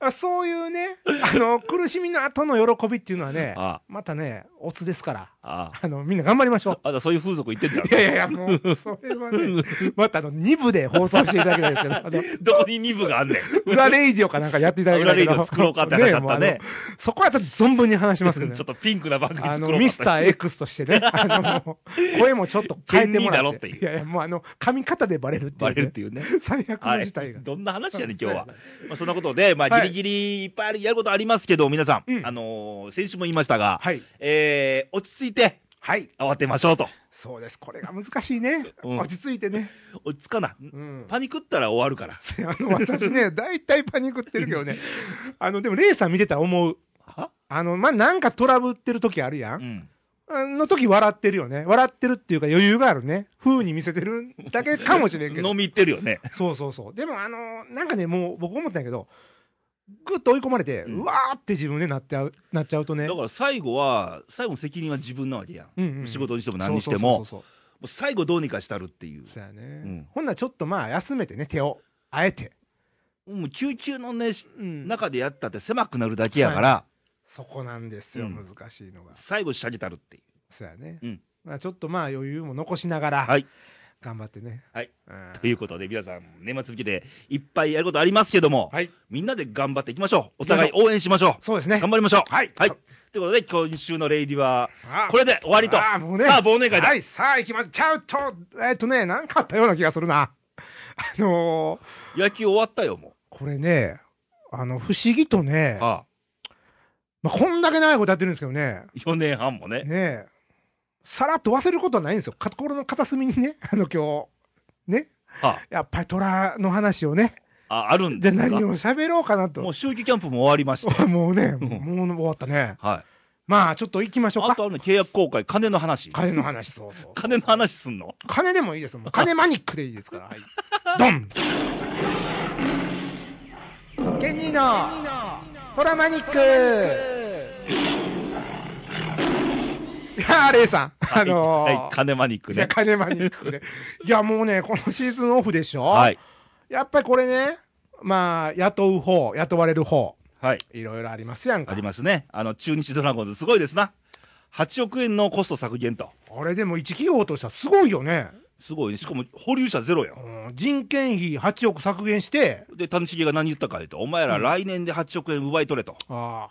[SPEAKER 2] あそういうね、あの、苦しみの後の喜びっていうのはね、
[SPEAKER 1] あ
[SPEAKER 2] またね、オツですから、
[SPEAKER 1] ああ
[SPEAKER 2] あの、みんな頑張りま しょ
[SPEAKER 1] あなたそういう風俗言ってんじゃん
[SPEAKER 2] う。い。やいやいや、もう、それはね、 またあの、2部で放送していただきたいですけど、あの、
[SPEAKER 1] どこに2部があんねん。
[SPEAKER 2] 裏レイディオかなんかやっていただきたいけど。
[SPEAKER 1] 裏レイディオ作ろうかって話だったね
[SPEAKER 2] もうあのそこはちょっと存分に話しますけど ね
[SPEAKER 1] ちょっ。とピンクな番組
[SPEAKER 2] あ
[SPEAKER 1] 作
[SPEAKER 2] の、
[SPEAKER 1] ろう
[SPEAKER 2] ミス
[SPEAKER 1] か
[SPEAKER 2] ター X としてね、あの、声もちょっと変えて
[SPEAKER 1] 兼任
[SPEAKER 2] もらって。
[SPEAKER 1] だろっていう
[SPEAKER 2] やいや、もうあの、噛み方でバレるっていう
[SPEAKER 1] バ
[SPEAKER 2] ね、
[SPEAKER 1] レるっていうね。
[SPEAKER 2] 最悪
[SPEAKER 1] は
[SPEAKER 2] の
[SPEAKER 1] い
[SPEAKER 2] 事態が。。
[SPEAKER 1] どんな話やねん、今日は。まあ、そんなことで、まあ、
[SPEAKER 2] は
[SPEAKER 1] ギ
[SPEAKER 2] い
[SPEAKER 1] リギリいっぱいあるやることありますけど、皆さん、
[SPEAKER 2] うん
[SPEAKER 1] あのー先週も言いましたが、
[SPEAKER 2] はい。
[SPEAKER 1] えー、落ち着いて、
[SPEAKER 2] はい。
[SPEAKER 1] 慌てましょうと。
[SPEAKER 2] そうです。これが難しいね。
[SPEAKER 1] うん
[SPEAKER 2] 落ち着いてね。
[SPEAKER 1] 落ち着かな。
[SPEAKER 2] うん。
[SPEAKER 1] パニクったら終わるから。
[SPEAKER 2] あの、私ね、大体パニックってるけどね。あの、でも、レイさん見てたら思う。
[SPEAKER 1] は
[SPEAKER 2] あの、まあ、なんかトラブってる時あるや。
[SPEAKER 1] うんん。
[SPEAKER 2] あの時笑ってるよね。笑ってるっていうか余裕があるね。風に見せてるだけかもしれんけど
[SPEAKER 1] 飲。み行ってるよね。
[SPEAKER 2] そうそうそう。でもあのーなんかね、もう僕思ったんやけど、ぐっと追い込まれて、
[SPEAKER 1] うん
[SPEAKER 2] うわーって自分でなってゃうなっちゃうとね。
[SPEAKER 1] だから最後は、最後の責任は自分なわけやん。
[SPEAKER 2] うんうん
[SPEAKER 1] 仕事にしても何にして
[SPEAKER 2] そう
[SPEAKER 1] も、
[SPEAKER 2] そうそう
[SPEAKER 1] もう最後どうにかしたるっていう
[SPEAKER 2] そう。そうやね。
[SPEAKER 1] ん
[SPEAKER 2] ほんならちょっとまあ休めてね、手を。あえて。
[SPEAKER 1] もう救急のね、し
[SPEAKER 2] うん
[SPEAKER 1] 中でやったって狭くなるだけやから、
[SPEAKER 2] そこなんですよ、
[SPEAKER 1] うん
[SPEAKER 2] 難しいのが。
[SPEAKER 1] 最後仕上げたるっていう。
[SPEAKER 2] そうやね。
[SPEAKER 1] うん
[SPEAKER 2] まあちょっとまあ余裕も残しながら、
[SPEAKER 1] はい
[SPEAKER 2] 頑張ってね。
[SPEAKER 1] はい
[SPEAKER 2] うん。
[SPEAKER 1] ということで、皆さん、年末向けていっぱいやることありますけども、
[SPEAKER 2] はい。
[SPEAKER 1] みんなで頑張っていきましょう。お互い応援しましょ
[SPEAKER 2] そうです
[SPEAKER 1] う。
[SPEAKER 2] ね。
[SPEAKER 1] 頑張りましょう。
[SPEAKER 2] はい
[SPEAKER 1] はい。ということで、今週のレイディは、
[SPEAKER 2] あー
[SPEAKER 1] これで終わりと。
[SPEAKER 2] あーもうね
[SPEAKER 1] さあ、忘年会だ。
[SPEAKER 2] はい、さあ行きましょう。ちゃうと、えっ、とね、なんかあったような気がするな。あのー、
[SPEAKER 1] 野球終わったよ、も
[SPEAKER 2] これね、あの、不思議とね
[SPEAKER 1] う。、ああ。
[SPEAKER 2] まあ、こんだけ長いことやってるんですけどね、
[SPEAKER 1] 4年半もね。
[SPEAKER 2] ねえ、さらっと忘れることはないんですよ。心の片隅にね、 あの、今日、ね、
[SPEAKER 1] あ
[SPEAKER 2] やっぱり虎の話をね、
[SPEAKER 1] あ、ああるん
[SPEAKER 2] じゃ
[SPEAKER 1] で
[SPEAKER 2] あ
[SPEAKER 1] すか。
[SPEAKER 2] 何
[SPEAKER 1] も
[SPEAKER 2] を喋ろうかなと。
[SPEAKER 1] う、秋季キャンプも終わりまして。
[SPEAKER 2] もうね、
[SPEAKER 1] ん
[SPEAKER 2] もう終わったね。
[SPEAKER 1] はい。
[SPEAKER 2] まあ、ちょっと行きましょう
[SPEAKER 1] あ
[SPEAKER 2] か。
[SPEAKER 1] とあるの、契約公開、金の話。
[SPEAKER 2] 金の話、そうそう。
[SPEAKER 1] 金の話すんの
[SPEAKER 2] 金でもいいですもう金マニックでいいですから。はい。ドンケニーのトラマニックいやー、レイさん。あの
[SPEAKER 1] はい、はい
[SPEAKER 2] ー、
[SPEAKER 1] 金マニック
[SPEAKER 2] いや、
[SPEAKER 1] ね。
[SPEAKER 2] 金マニ ックで。いや、もうね、このシーズンオフでしょ
[SPEAKER 1] はい。
[SPEAKER 2] やっぱりこれね、まあ、雇う方、雇われる方、
[SPEAKER 1] はい。
[SPEAKER 2] いろいろありますやんか。
[SPEAKER 1] ありますね。あの、中日ドラゴンズ、すごいですな。8億円のコスト削減と。
[SPEAKER 2] あれでも一企業としてはすごいよね。
[SPEAKER 1] すごいね。しかも、保留者ゼロやん。
[SPEAKER 2] うん人件費8億削減して、
[SPEAKER 1] で、谷繁が何言ったか言うと、お前ら来年で8億円奪い取れと。
[SPEAKER 2] ああ。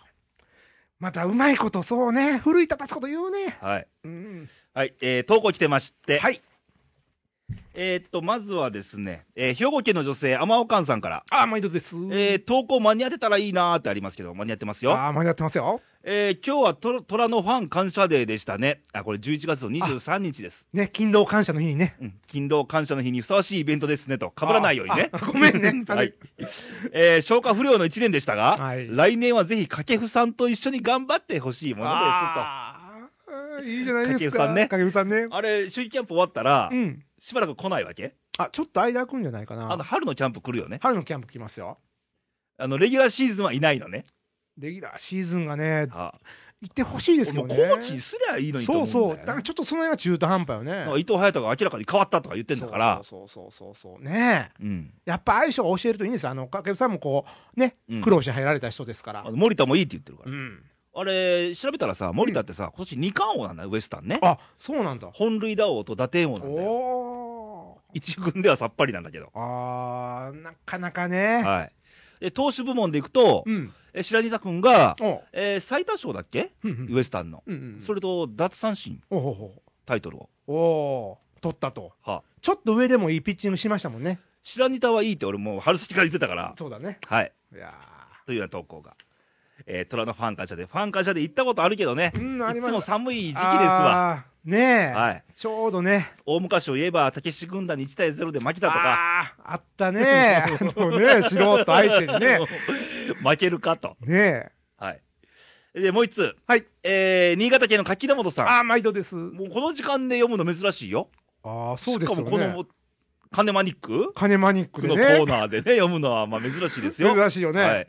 [SPEAKER 2] またうまいこと、そうね。奮い立たすこと言うね。
[SPEAKER 1] はい。
[SPEAKER 2] うん。
[SPEAKER 1] はい、えー、投稿来てまして、
[SPEAKER 2] はい。
[SPEAKER 1] えーっと、まずはですね、えー、兵庫県の女性、天岡さんから、
[SPEAKER 2] ああ、毎度です。
[SPEAKER 1] えー、投稿間に合ってたらいいなーってありますけど、間に合ってますよ。
[SPEAKER 2] ああ、毎度やってますよ。
[SPEAKER 1] えー、今日はト虎のファン感謝デーでしたね。あ、これ11月の23日です。
[SPEAKER 2] ね、勤労感謝の日にね。
[SPEAKER 1] うん、勤労感謝の日にふさわしいイベントですねと、被らないようにね。。
[SPEAKER 2] ああごめん ね
[SPEAKER 1] はい。えー、消化不良の1年でしたが、
[SPEAKER 2] はい
[SPEAKER 1] 来年はぜひ掛布さんと一緒に頑張ってほしいものですと。あ
[SPEAKER 2] ああいいじゃないで
[SPEAKER 1] 掛布
[SPEAKER 2] すか。
[SPEAKER 1] さんね
[SPEAKER 2] 掛布さんね。
[SPEAKER 1] れ、秋季キャンプ終わったら、
[SPEAKER 2] うん。
[SPEAKER 1] しばらく来ないわけ
[SPEAKER 2] あ、ちょっと間空くんじゃないか
[SPEAKER 1] あの
[SPEAKER 2] な。
[SPEAKER 1] 春のキャンプ来るよね。
[SPEAKER 2] 春のキャンプ来ますよ。
[SPEAKER 1] あのレギュラーシーズンはいないのね。
[SPEAKER 2] レギュラーシーズンがね、
[SPEAKER 1] ああ
[SPEAKER 2] 行ってほしいですけ
[SPEAKER 1] も
[SPEAKER 2] ど
[SPEAKER 1] う
[SPEAKER 2] ね。
[SPEAKER 1] コーチすりゃいいのにと
[SPEAKER 2] そ
[SPEAKER 1] 思うん
[SPEAKER 2] う
[SPEAKER 1] だよ、
[SPEAKER 2] そ
[SPEAKER 1] ね。
[SPEAKER 2] う。だからちょっとその辺は中途半端よね。
[SPEAKER 1] なんか伊藤隼人が明らかに変わったとか言ってんだから。
[SPEAKER 2] そうそうそうそうそう。ねえ。
[SPEAKER 1] うん
[SPEAKER 2] やっぱ相性を教えるといいんですよ。あの、掛布さんもこう、ね、
[SPEAKER 1] うん
[SPEAKER 2] 苦労して入られた人ですから。
[SPEAKER 1] あの森田もいいって言ってるから。
[SPEAKER 2] うん。
[SPEAKER 1] あれ、調べたらさ、森田ってさ、今年二冠王なんだよ、ウエスタンね。
[SPEAKER 2] あ、そうなんだ。
[SPEAKER 1] 本塁打王と打点王なんだよ。
[SPEAKER 2] お
[SPEAKER 1] 一軍ではさっぱりなんだけど。
[SPEAKER 2] ー。あー、なかなかね。
[SPEAKER 1] はい。で、投手部門でいくと、
[SPEAKER 2] うん。
[SPEAKER 1] え白仁田君が、
[SPEAKER 2] おう。
[SPEAKER 1] えー最多勝だっけ、
[SPEAKER 2] うんうん
[SPEAKER 1] ウエスタンの。
[SPEAKER 2] うんうん。
[SPEAKER 1] それと、奪三振、
[SPEAKER 2] おほほ
[SPEAKER 1] タイトルを。
[SPEAKER 2] ほ。おー、取ったと。
[SPEAKER 1] は
[SPEAKER 2] ちょっと上でもいいピッチングしましたもんね。
[SPEAKER 1] 白仁田はいいって俺もう春先から言ってたから。
[SPEAKER 2] そうだね。
[SPEAKER 1] はい。
[SPEAKER 2] いや
[SPEAKER 1] というような投稿が。えー、虎のファン感謝で、ファン感謝で行ったことあるけどね、
[SPEAKER 2] うんあり
[SPEAKER 1] い
[SPEAKER 2] ま
[SPEAKER 1] つ
[SPEAKER 2] す
[SPEAKER 1] も寒い時期で
[SPEAKER 2] ー
[SPEAKER 1] すわ。
[SPEAKER 2] あーねえ。
[SPEAKER 1] はい。
[SPEAKER 2] ちょうどね。
[SPEAKER 1] 大昔を言えば、たけし軍団に1対0で負けたとか、
[SPEAKER 2] あーあったね。あ のね、素人相手にね。
[SPEAKER 1] 負けるかと。
[SPEAKER 2] ねえ。
[SPEAKER 1] はい。で、もう一通。
[SPEAKER 2] はい。
[SPEAKER 1] えー、新潟県の柿田本さ
[SPEAKER 2] あー、毎度です。
[SPEAKER 1] ん。もうこの時間で読むの珍しいよ。
[SPEAKER 2] ああ、そうですよ
[SPEAKER 1] しかもこ
[SPEAKER 2] ね。
[SPEAKER 1] の、カネマニック
[SPEAKER 2] 金マニックで
[SPEAKER 1] のコー
[SPEAKER 2] ね。
[SPEAKER 1] ナーでね、読むのはまあ珍しいですよ。
[SPEAKER 2] 珍しいよね。
[SPEAKER 1] はい。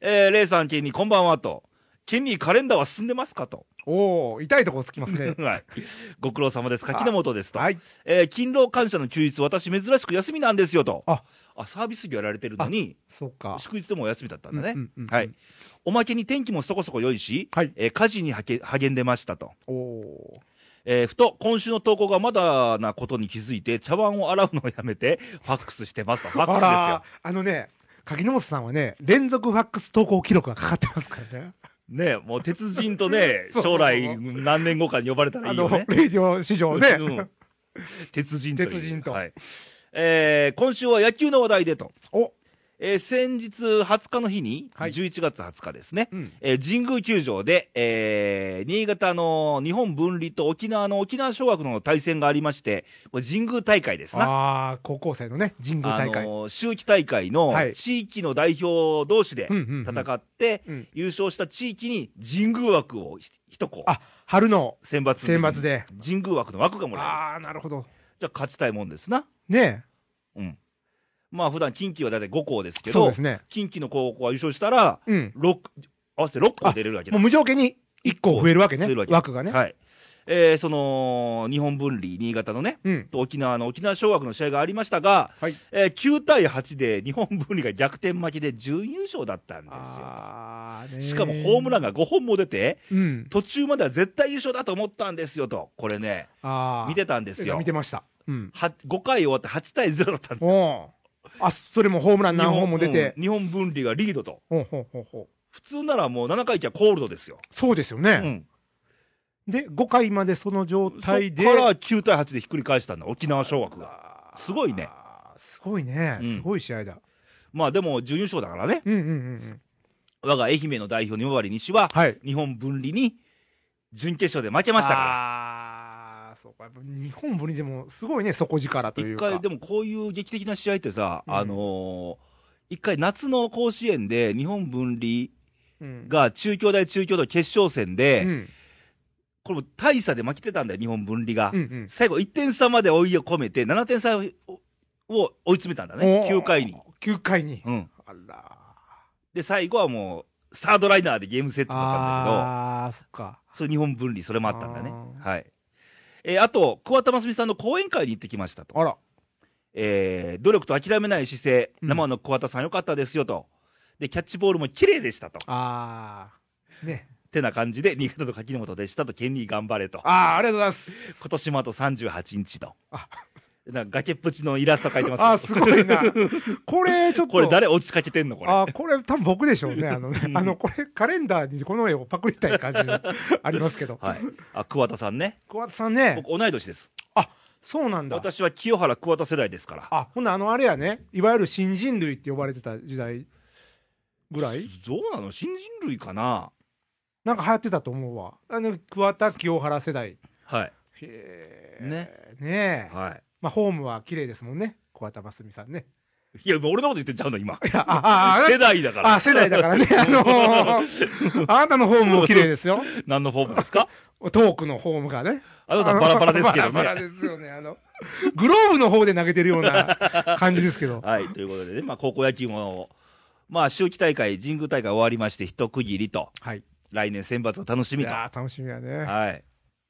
[SPEAKER 1] えー、レイさん、ケンにこんばんはと。ケニーカレンダーは進んでますかと。。
[SPEAKER 2] おお痛いとこつきますね
[SPEAKER 1] はい。ご苦労様です。柿の本です と。
[SPEAKER 2] はい。
[SPEAKER 1] えー勤労感謝の休日、私珍しく休みなんですよと。
[SPEAKER 2] あ
[SPEAKER 1] サービス業やられてるのに、
[SPEAKER 2] そうか。
[SPEAKER 1] 祝日でもお休みだったんだね。
[SPEAKER 2] うんうんうんうん
[SPEAKER 1] はい。おまけに天気もそこそこ良いし、
[SPEAKER 2] はい
[SPEAKER 1] えー家事にはけ励んでましたと。
[SPEAKER 2] おお
[SPEAKER 1] えーふと、今週の投稿がまだなことに気づいて、茶碗を洗うのをやめて、ファックスしてますと。ファックスで
[SPEAKER 2] あ
[SPEAKER 1] すよ
[SPEAKER 2] ら。あのね、柿本さんはね、連続ファックス投稿記録がかかってますからね。、
[SPEAKER 1] ねえもう鉄人とね
[SPEAKER 2] そうそうそ
[SPEAKER 1] 将
[SPEAKER 2] う
[SPEAKER 1] 来何年後かに呼ばれたら
[SPEAKER 2] あ
[SPEAKER 1] いいよ
[SPEAKER 2] の
[SPEAKER 1] ね、。
[SPEAKER 2] レイディオ史上ね。
[SPEAKER 1] うん鉄人という。
[SPEAKER 2] 鉄人と
[SPEAKER 1] はい。えー今週は野球の話題でと。
[SPEAKER 2] お
[SPEAKER 1] えー先日20日の日に、
[SPEAKER 2] はい
[SPEAKER 1] 11月20日ですね、
[SPEAKER 2] うん
[SPEAKER 1] えー神宮球場で、えー新潟の日本分離と沖縄の沖縄小学の対戦がありまして、これ神宮大会ですな。
[SPEAKER 2] ああ、高校生のね、神宮大
[SPEAKER 1] あ
[SPEAKER 2] 会。
[SPEAKER 1] のー秋季大会の
[SPEAKER 2] はい
[SPEAKER 1] 地域の代表同士で
[SPEAKER 2] うんうんうん
[SPEAKER 1] 戦って、
[SPEAKER 2] うん
[SPEAKER 1] 優勝した地域に神宮枠をひ一個
[SPEAKER 2] あ、春の
[SPEAKER 1] 選抜
[SPEAKER 2] 選抜で。
[SPEAKER 1] 神宮枠の枠がもらえる
[SPEAKER 2] ああ、なるほど。
[SPEAKER 1] じゃあ勝ちたいもんですな
[SPEAKER 2] ね
[SPEAKER 1] うんまあ普段近畿は大体5校ですけ
[SPEAKER 2] え。そう
[SPEAKER 1] ど
[SPEAKER 2] ですね。
[SPEAKER 1] 近畿の高校は優勝したら
[SPEAKER 2] うん。
[SPEAKER 1] 6合わせて6校出れるわけ
[SPEAKER 2] も
[SPEAKER 1] だ
[SPEAKER 2] う無条件に1個増えるわけね。
[SPEAKER 1] 増えるわけ
[SPEAKER 2] 枠がね。
[SPEAKER 1] はいえーその日本分離新潟のね
[SPEAKER 2] うん。
[SPEAKER 1] と沖縄の沖縄尚学の試合がありましたが、
[SPEAKER 2] はい
[SPEAKER 1] えー9対8で日本分離が逆転負けで準優勝だったんですよ
[SPEAKER 2] ああ、ね
[SPEAKER 1] しかもホームランが5本も出て
[SPEAKER 2] うん。
[SPEAKER 1] 途中までは絶対優勝だと思ったんですよとこれね
[SPEAKER 2] ああ。
[SPEAKER 1] 見てたんですよ
[SPEAKER 2] 見てました。うん。
[SPEAKER 1] は5回終わって8対0だったんです
[SPEAKER 2] お
[SPEAKER 1] よ
[SPEAKER 2] おー。あ、それもホームラン何本も出て。
[SPEAKER 1] 日本,うん、日本分離がリードと
[SPEAKER 2] ほうほうほうほう。
[SPEAKER 1] 普通ならもう7回じゃコールドですよ、
[SPEAKER 2] そうですよ
[SPEAKER 1] う
[SPEAKER 2] ね。
[SPEAKER 1] ん、
[SPEAKER 2] で、5回までその状
[SPEAKER 1] そっから
[SPEAKER 2] 態で。
[SPEAKER 1] 9対8でひっくり返したんだ沖縄尚学が
[SPEAKER 2] あー
[SPEAKER 1] すごいね。
[SPEAKER 2] すごいね。
[SPEAKER 1] うん
[SPEAKER 2] すごい試合だ。
[SPEAKER 1] まあでも準優勝だからね
[SPEAKER 2] うんうんうんうん。
[SPEAKER 1] 我が愛媛の代表に回り西は
[SPEAKER 2] はい。
[SPEAKER 1] 日本分離に準決勝で負けましたか
[SPEAKER 2] ああ、そうか。やっぱ日本ぶりでもすごいね、底力と
[SPEAKER 1] ら
[SPEAKER 2] い
[SPEAKER 1] 一
[SPEAKER 2] うか。
[SPEAKER 1] 回でもこういう劇的な試合ってさ、
[SPEAKER 2] うん
[SPEAKER 1] あのー一回夏の甲子園で日本分離
[SPEAKER 2] うん、
[SPEAKER 1] が中京大中京大決勝戦で、
[SPEAKER 2] うん
[SPEAKER 1] これも大差で負けてたんだよ日本分離が、
[SPEAKER 2] うんうん
[SPEAKER 1] 最後1点差まで追いを込めて7点差をを追い詰めたんだね
[SPEAKER 2] おー
[SPEAKER 1] 9回に、
[SPEAKER 2] 9回に。
[SPEAKER 1] うん、
[SPEAKER 2] あら。
[SPEAKER 1] で最後はもうサードライナーでゲームセットだったんだけど
[SPEAKER 2] ああ、そっか。
[SPEAKER 1] それ日本分離それもあったんだね
[SPEAKER 2] あ
[SPEAKER 1] はいえーあと桑田真澄さんの講演会に行ってきましたと、
[SPEAKER 2] あら。
[SPEAKER 1] えー努力と諦めない姿勢
[SPEAKER 2] うん
[SPEAKER 1] 生の桑田さん良かったですよとでキャッチボールも綺麗でしたと
[SPEAKER 2] ああ。ね。
[SPEAKER 1] てな感じで新潟の柿本でしたと県に頑張れと
[SPEAKER 2] ああ、ありがとうございます。
[SPEAKER 1] 今年もあと38日と
[SPEAKER 2] あ
[SPEAKER 1] なんか崖っぷちのイラスト描いてます
[SPEAKER 2] あーすごいな。これ、ちょっと。
[SPEAKER 1] これ誰落ちかけてんのこれ
[SPEAKER 2] あーこれ多分僕でしょうね。あ のね
[SPEAKER 1] う、ん
[SPEAKER 2] あの、これカレンダーにこの絵をパクりたい感じ のありますけど。
[SPEAKER 1] はい、あ桑田さんね、
[SPEAKER 2] 桑田さんね、
[SPEAKER 1] 僕、同い年です、
[SPEAKER 2] そうなんだ。
[SPEAKER 1] 私は清原桑田世代ですから、
[SPEAKER 2] あ、ほんならあの、あれやね、いわゆる新人類って呼ばれてた時代ぐらい
[SPEAKER 1] どうなの、新人類かな、
[SPEAKER 2] なんか流行ってたと思うわ。あの、桑田清原世代。
[SPEAKER 1] はい、
[SPEAKER 2] へ
[SPEAKER 1] ね
[SPEAKER 2] え。ねえ。
[SPEAKER 1] は
[SPEAKER 2] まあ、ホームは綺麗ですもんね。桑田真澄さ んね。
[SPEAKER 1] い、いや、もう俺のこと言ってんちゃうの、今、
[SPEAKER 2] いや、ああ
[SPEAKER 1] 世代だか
[SPEAKER 2] あ、
[SPEAKER 1] ら、
[SPEAKER 2] あ、世代だからね。あ のーあなたのホームも綺麗ですよ。
[SPEAKER 1] 何のフォームですか、
[SPEAKER 2] トークのホームがね。
[SPEAKER 1] あなた、バラバラですけど
[SPEAKER 2] バラバ
[SPEAKER 1] ね。
[SPEAKER 2] ラですよね。あの、グローブの方で投げてるような感じですけ ど。
[SPEAKER 1] はい、ということでね、まあ、高校野球も、まあ、秋季大会、神宮大会終わりまして、一区切りと、
[SPEAKER 2] はい。
[SPEAKER 1] 来年選抜を楽し
[SPEAKER 2] い
[SPEAKER 1] みと、は
[SPEAKER 2] やー楽しみやね。
[SPEAKER 1] い、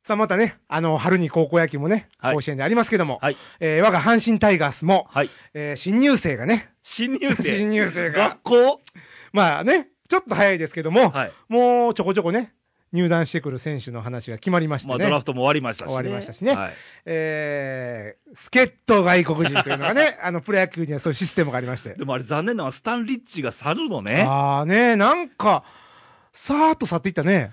[SPEAKER 2] さあ、またね、あの、春に高校野球もね、
[SPEAKER 1] はい
[SPEAKER 2] 甲子園でありますけども、
[SPEAKER 1] はい
[SPEAKER 2] えー我が阪神タイガースも、
[SPEAKER 1] はい、
[SPEAKER 2] えー新入生がね、
[SPEAKER 1] 新入
[SPEAKER 2] 新
[SPEAKER 1] 生、
[SPEAKER 2] 入生が
[SPEAKER 1] 学、校、
[SPEAKER 2] まあね、ちょっと早いですけども、
[SPEAKER 1] はい、
[SPEAKER 2] もうちょこちょこね、入団してくる選手の話が決まりまして
[SPEAKER 1] まあ、
[SPEAKER 2] ね、
[SPEAKER 1] ドラフトも終わりましたしね、
[SPEAKER 2] 終わりましたしね
[SPEAKER 1] はい、
[SPEAKER 2] えー、助っ人外国人というの がね、あの、プロ野球にはそういうシステムがありまして。
[SPEAKER 1] でもあれ、残念なのは、スタン・リッチが去るのね、
[SPEAKER 2] ああね、なんか、さーっと去っていったね。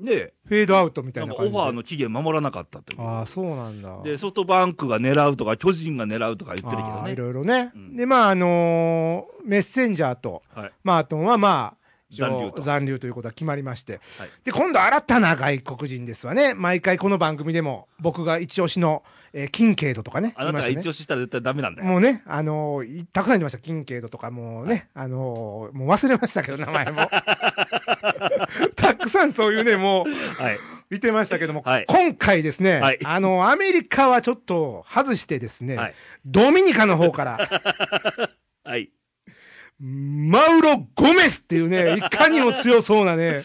[SPEAKER 1] ねえ
[SPEAKER 2] フェードアウトみた
[SPEAKER 1] ないん
[SPEAKER 2] な
[SPEAKER 1] か
[SPEAKER 2] 感
[SPEAKER 1] オ
[SPEAKER 2] じ
[SPEAKER 1] フ
[SPEAKER 2] で。
[SPEAKER 1] ァーの期限守らなかったという。
[SPEAKER 2] ああ、そうなんだ。
[SPEAKER 1] で、ソフトバンクが狙うとか、巨人が狙うとか言ってるけど
[SPEAKER 2] あーい
[SPEAKER 1] ね。
[SPEAKER 2] ろいろね。
[SPEAKER 1] うん
[SPEAKER 2] で、まあ、あのーメッセンジャーと
[SPEAKER 1] はい。
[SPEAKER 2] マートンは、まあ、
[SPEAKER 1] 残留と
[SPEAKER 2] 残留ということが決まりまして、
[SPEAKER 1] はい
[SPEAKER 2] で今度、新たな外国人ですわね、毎回この番組でも、僕が一押しの、えー、キンケイドとかね、
[SPEAKER 1] あなたが
[SPEAKER 2] い
[SPEAKER 1] 一
[SPEAKER 2] ましたね
[SPEAKER 1] 押ししたら絶対ダメなんだよ。
[SPEAKER 2] もうね、あのーいたくさんいました、キンケイドとか、もうね、あのーもう忘れましたけど、名前 も。たくさんそういうね、もう、
[SPEAKER 1] はい。
[SPEAKER 2] 見てましたけども、
[SPEAKER 1] はい
[SPEAKER 2] 今回ですね、
[SPEAKER 1] はい
[SPEAKER 2] あの、アメリカはちょっと外してですね、
[SPEAKER 1] はい
[SPEAKER 2] ドミニカの方から、
[SPEAKER 1] はい。
[SPEAKER 2] マウロ・ゴメスっていうね、いかにも強そうなね。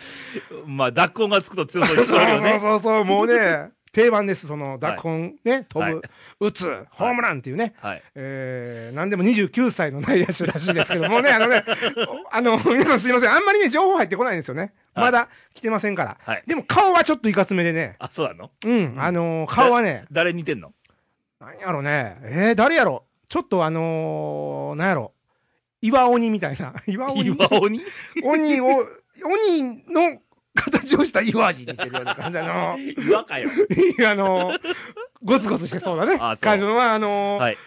[SPEAKER 1] まあ、濁音がつくと強そうです
[SPEAKER 2] そう
[SPEAKER 1] よ
[SPEAKER 2] そう
[SPEAKER 1] ね。
[SPEAKER 2] そうそう、も うね、定番です。その、濁音、ね、飛
[SPEAKER 1] はい
[SPEAKER 2] ぶ、打つ、ホームランっていうね。
[SPEAKER 1] はい。
[SPEAKER 2] えー、なんでも29歳の内野手らしいですけどもね、あのね、 あの、皆さんすいません。あんまりね、情報入ってこないんですよね。
[SPEAKER 1] はい
[SPEAKER 2] まだ来てませんから。
[SPEAKER 1] はい
[SPEAKER 2] でも顔はちょっといかつめでね。
[SPEAKER 1] あ、そうなの
[SPEAKER 2] うん、あのー顔はね、
[SPEAKER 1] 誰に似てんの
[SPEAKER 2] なんやろね。えー、誰やろちょっとあのー、なんやろ。岩鬼みたいな。 岩鬼
[SPEAKER 1] 岩 鬼
[SPEAKER 2] 鬼を、鬼の形をした岩に似てるような感じ だな
[SPEAKER 1] 岩かよ。
[SPEAKER 2] あのー、ゴツゴツしてそうだね
[SPEAKER 1] あ。そう
[SPEAKER 2] 感じのは、あのー
[SPEAKER 1] はい。